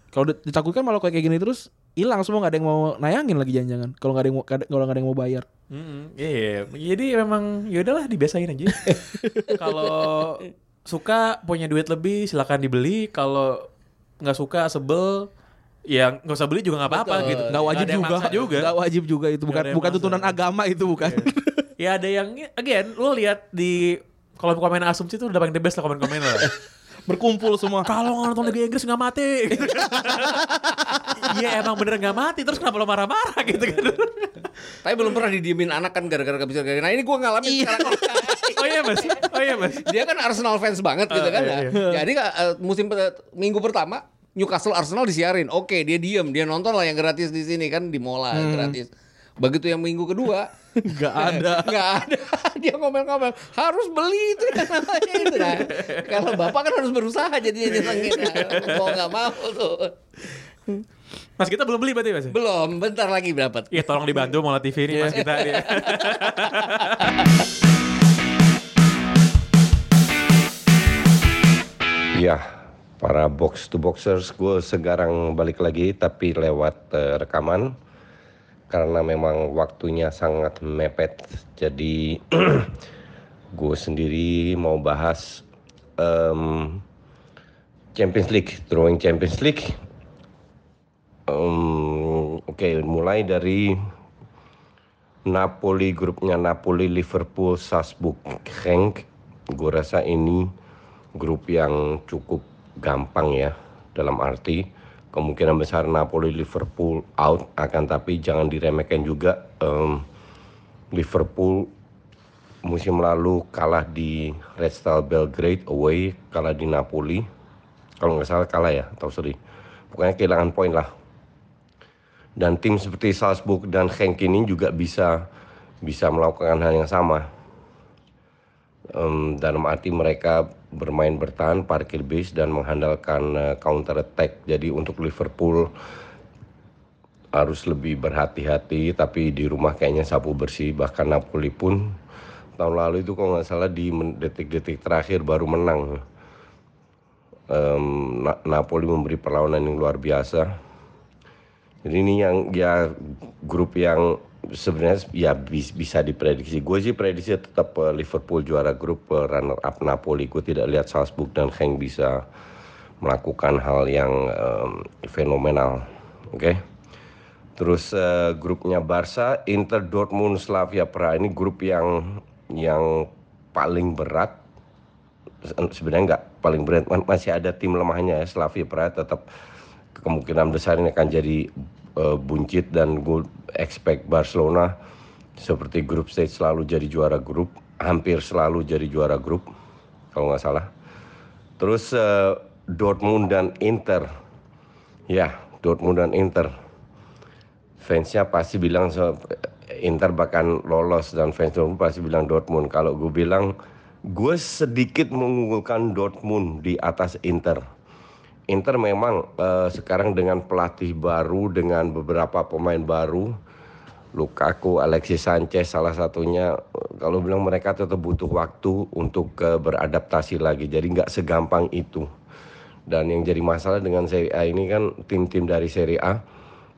S5: Kalau di- ditakutkan malah kayak gini terus hilang semua nggak ada yang mau nayangin lagi jangan-jangan. Kalau nggak ada yang mau nggak ada- kalau nggak ada yang mau bayar.
S4: Mm-mm, Iya, iya. jadi memang ya udahlah dibiasain aja. Kalau suka punya duit lebih silakan dibeli. Kalau nggak suka sebel ya nggak usah beli juga nggak apa-apa
S3: Betul.
S4: gitu.
S5: Nggak wajib
S4: ada yang
S5: juga.
S4: maksa juga.
S5: Nggak wajib juga itu bukan
S4: Nggak ada yang
S5: bukan
S4: maksa.
S5: tuntunan agama itu bukan.
S4: Ya ada yang again lo lihat di kolom komen asumsi itu udah paling the best lah komen-komen lah.
S5: Berkumpul semua.
S4: Kalau nggak nonton Liga Inggris nggak mati. gitu. Iya emang bener nggak mati terus kenapa lo marah-marah gitu kan?
S3: Tapi belum pernah didiemin anak kan gara-gara kebiasaan. kayak gini. Nah ini gue ngalamin sekarang.
S4: oh iya mas, oh iya mas.
S3: dia kan Arsenal fans banget gitu kan.
S4: iya,
S3: ya. Jadi eh, musim per- minggu pertama Newcastle Arsenal disiarin. Oke, dia diem, dia nonton lah yang gratis di sini kan di Mola gratis. Begitu yang minggu kedua
S5: Nggak ada.
S3: nggak ada. Dia ngomel-ngomel harus beli itu kan namanya itu. Nah, kalau bapak kan harus berusaha jadi nyenengin. Nah, mau nggak mau tuh.
S4: Mas kita belum beli berarti mas.
S3: Belum, bentar lagi dapat.
S4: Iya tolong dibantu Mola TV ini mas kita. Iya.
S2: Iya, para box to boxers gue sekarang balik lagi tapi lewat eh, rekaman karena memang waktunya sangat mepet. Jadi gue sendiri mau bahas em, Champions League, drawing Champions League. Em, Oke, mulai dari Napoli grupnya Napoli, Liverpool, Salzburg, Genk. Gue rasa ini grup yang cukup gampang ya dalam arti kemungkinan besar Napoli Liverpool out akan tapi jangan diremehkan juga em, Liverpool musim lalu kalah di Red Star Belgrade away kalah di Napoli kalau nggak salah kalah ya atau sorry pokoknya kehilangan poin lah dan tim seperti Salzburg dan Genk ini juga bisa bisa melakukan hal yang sama Em, dalam arti mereka bermain bertahan, parkir base dan mengandalkan eh, counter attack. Jadi untuk Liverpool harus lebih berhati-hati tapi di rumah kayaknya sapu bersih bahkan Napoli pun tahun lalu itu kalau nggak salah di men- detik-detik terakhir baru menang Em, Na- Napoli memberi perlawanan yang luar biasa jadi ini yang ya grup yang sebenarnya ya bis- bisa diprediksi gue sih prediksi tetap eh, Liverpool juara grup runner up Napoli gue tidak lihat Salzburg dan Genk bisa melakukan hal yang em, fenomenal oke Terus eh, grupnya Barca, Inter, Dortmund, Slavia Praha ini grup yang yang paling berat. Se- Sebenarnya nggak paling berat, ma- masih ada tim lemahnya ya. Slavia Praha tetap kemungkinan besar ini akan jadi eh, buncit dan gue expect Barcelona seperti grup stage selalu jadi juara grup, hampir selalu jadi juara grup kalau nggak salah. Terus eh, Dortmund dan Inter, ya Dortmund dan Inter fansnya pasti bilang so, Inter bahkan lolos dan fans Dortmund pasti bilang Dortmund. Kalau gue bilang gue sedikit mengunggulkan Dortmund di atas Inter. Inter memang eh, sekarang dengan pelatih baru dengan beberapa pemain baru Lukaku, Alexis Sanchez salah satunya. eh, Kalau bilang mereka tetap butuh waktu untuk eh, beradaptasi lagi. Jadi nggak segampang itu. Dan yang jadi masalah dengan Serie A ini kan tim-tim dari Serie A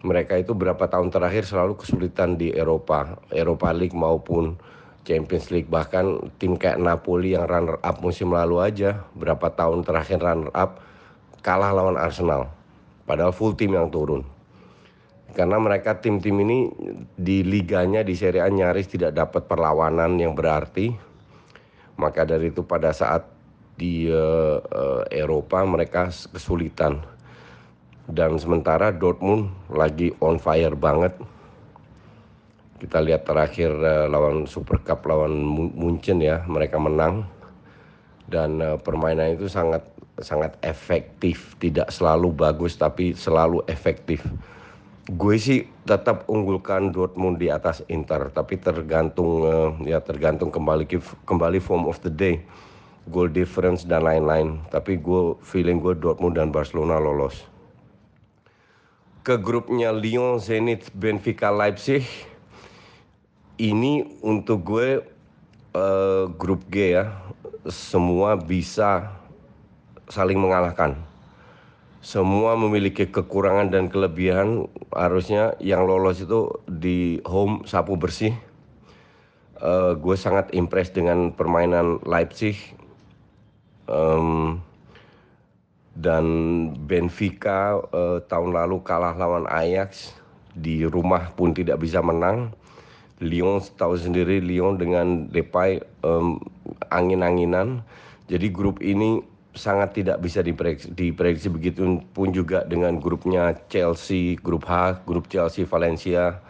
S2: mereka itu berapa tahun terakhir selalu kesulitan di Eropa, Eropa League maupun Champions League bahkan tim kayak Napoli yang runner up musim lalu aja berapa tahun terakhir runner up kalah lawan Arsenal padahal full tim yang turun karena mereka tim-tim ini di liganya di Serie A nyaris tidak dapat perlawanan yang berarti maka dari itu pada saat di eh, eh, Eropa mereka kesulitan dan sementara Dortmund lagi on fire banget kita lihat terakhir eh, lawan Super Cup lawan Mun- Munchen ya mereka menang dan eh, permainan itu sangat sangat efektif tidak selalu bagus tapi selalu efektif gue sih tetap unggulkan Dortmund di atas Inter tapi tergantung eh, ya tergantung kembali ke- kembali form of the day goal difference dan lain-lain tapi gue feeling gue Dortmund dan Barcelona lolos ke grupnya Lyon, Zenit, Benfica, Leipzig. Ini untuk gue eh, grup G ya, semua bisa saling mengalahkan. Semua memiliki kekurangan dan kelebihan. Harusnya yang lolos itu di home sapu bersih. Eh, gue sangat impress dengan permainan Leipzig. Em, dan Benfica eh, tahun lalu kalah lawan Ajax di rumah pun tidak bisa menang. Lyon tahu sendiri Lyon dengan Depay em, angin-anginan. Jadi grup ini sangat tidak bisa diprediksi, diprediksi begitu pun juga dengan grupnya Chelsea, grup H, grup Chelsea, Valencia,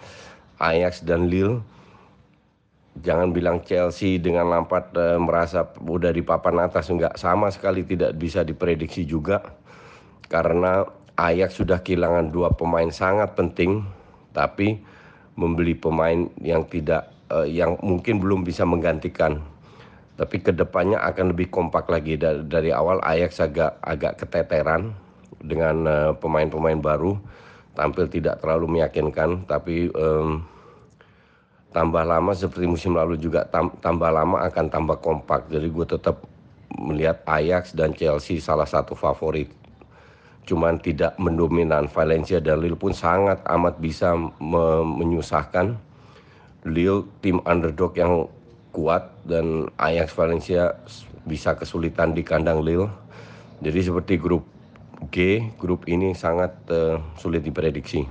S2: Ajax dan Lille jangan bilang Chelsea dengan Lampard eh, merasa udah di papan atas enggak sama sekali tidak bisa diprediksi juga karena Ajax sudah kehilangan dua pemain sangat penting tapi membeli pemain yang tidak eh, yang mungkin belum bisa menggantikan tapi kedepannya akan lebih kompak lagi dari, dari awal Ajax agak agak keteteran dengan eh, pemain-pemain baru tampil tidak terlalu meyakinkan tapi em, tambah lama seperti musim lalu juga tam- tambah lama akan tambah kompak. Jadi gue tetap melihat Ajax dan Chelsea salah satu favorit. Cuman tidak mendominan. Valencia dan Lille pun sangat amat bisa me- menyusahkan. Lille tim underdog yang kuat dan Ajax Valencia s- bisa kesulitan di kandang Lille. Jadi seperti grup G, grup ini sangat eh, sulit diprediksi.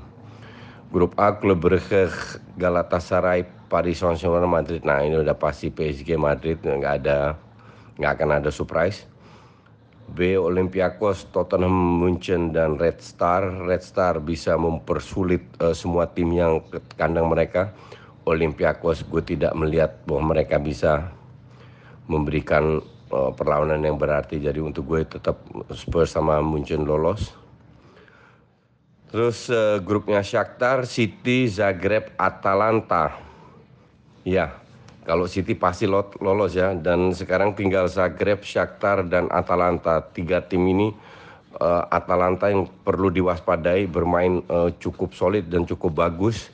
S2: Grup A, Klub Brugge, Galatasaray, Paris Saint-Germain, Madrid. Nah ini udah pasti PSG Madrid nggak ada nggak akan ada surprise. B, Olympiakos, Tottenham, Munchen dan Red Star. Red Star bisa mempersulit eh, semua tim yang ke kandang mereka. Olympiakos gue tidak melihat bahwa mereka bisa memberikan eh, perlawanan yang berarti. Jadi untuk gue tetap Spurs sama Munchen lolos. Terus eh, grupnya Shakhtar, City, Zagreb, Atalanta. Ya, Kalau City pasti lo- lolos ya dan sekarang tinggal Zagreb, Shakhtar dan Atalanta. Tiga tim ini eh, Atalanta yang perlu diwaspadai bermain eh, cukup solid dan cukup bagus.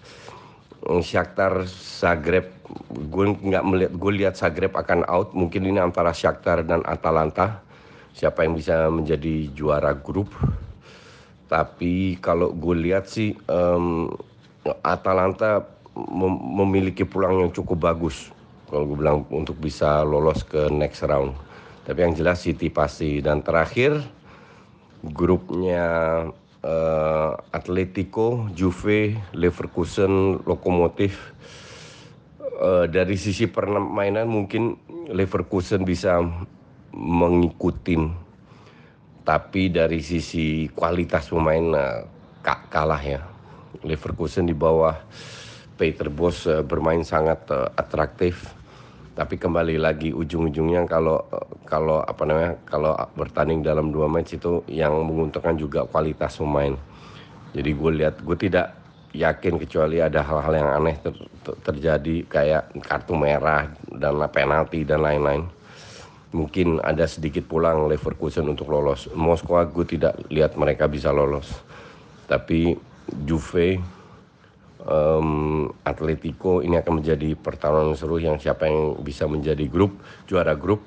S2: Eh, Shakhtar, Zagreb, gue nggak melihat gue lihat Zagreb akan out. Mungkin ini antara Shakhtar dan Atalanta. Siapa yang bisa menjadi juara grup? Tapi kalau gue lihat sih em, Atalanta mem- memiliki peluang yang cukup bagus kalau gue bilang untuk bisa lolos ke next round. Tapi yang jelas City pasti dan terakhir grupnya eh, Atletico, Juve, Leverkusen, Lokomotif. Eh, dari sisi permainan mungkin Leverkusen bisa mengikutin tapi dari sisi kualitas pemain eh, ka- kalah ya. Leverkusen di bawah Peter Bos eh, bermain sangat eh, atraktif, tapi kembali lagi ujung-ujungnya kalau eh, kalau apa namanya kalau bertanding dalam dua match itu yang menguntungkan juga kualitas pemain. Jadi gue lihat gue tidak yakin kecuali ada hal-hal yang aneh ter- ter- terjadi kayak kartu merah dan penalti dan lain-lain mungkin ada sedikit pulang Leverkusen untuk lolos. Moskwa gue tidak lihat mereka bisa lolos. Tapi Juve, em, Atletico ini akan menjadi pertarungan seru yang siapa yang bisa menjadi grup juara grup.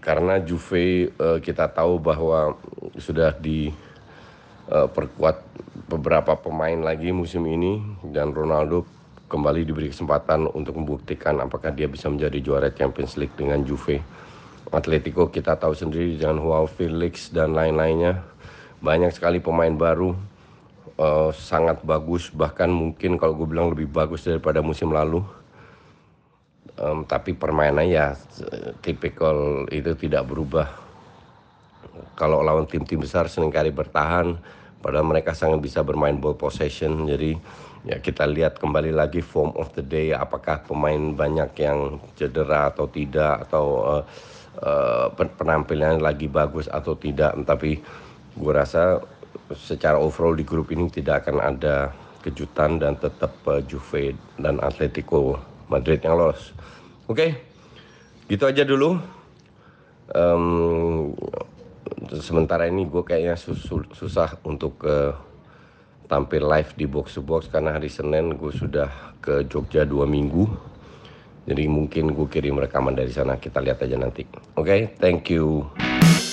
S2: Karena Juve eh, kita tahu bahwa sudah di eh, perkuat beberapa pemain lagi musim ini dan Ronaldo kembali diberi kesempatan untuk membuktikan apakah dia bisa menjadi juara Champions League dengan Juve. Atletico kita tahu sendiri dengan Joao Felix dan lain-lainnya banyak sekali pemain baru eh, sangat bagus bahkan mungkin kalau gue bilang lebih bagus daripada musim lalu. Em, tapi permainannya ya eh, tipikal itu tidak berubah kalau lawan tim-tim besar seringkali bertahan padahal mereka sangat bisa bermain ball possession jadi ya kita lihat kembali lagi form of the day apakah pemain banyak yang cedera atau tidak atau eh, eh, pen- penampilannya lagi bagus atau tidak tapi gua rasa secara overall di grup ini tidak akan ada kejutan dan tetap eh, Juve dan Atletico Madrid yang lolos oke gitu aja dulu Em, sementara ini gue kayaknya susul- susah untuk eh, tampil live di box to box karena hari Senin gue sudah ke Jogja dua minggu. Jadi mungkin gue kirim rekaman dari sana kita lihat aja nanti. Oke, thank you.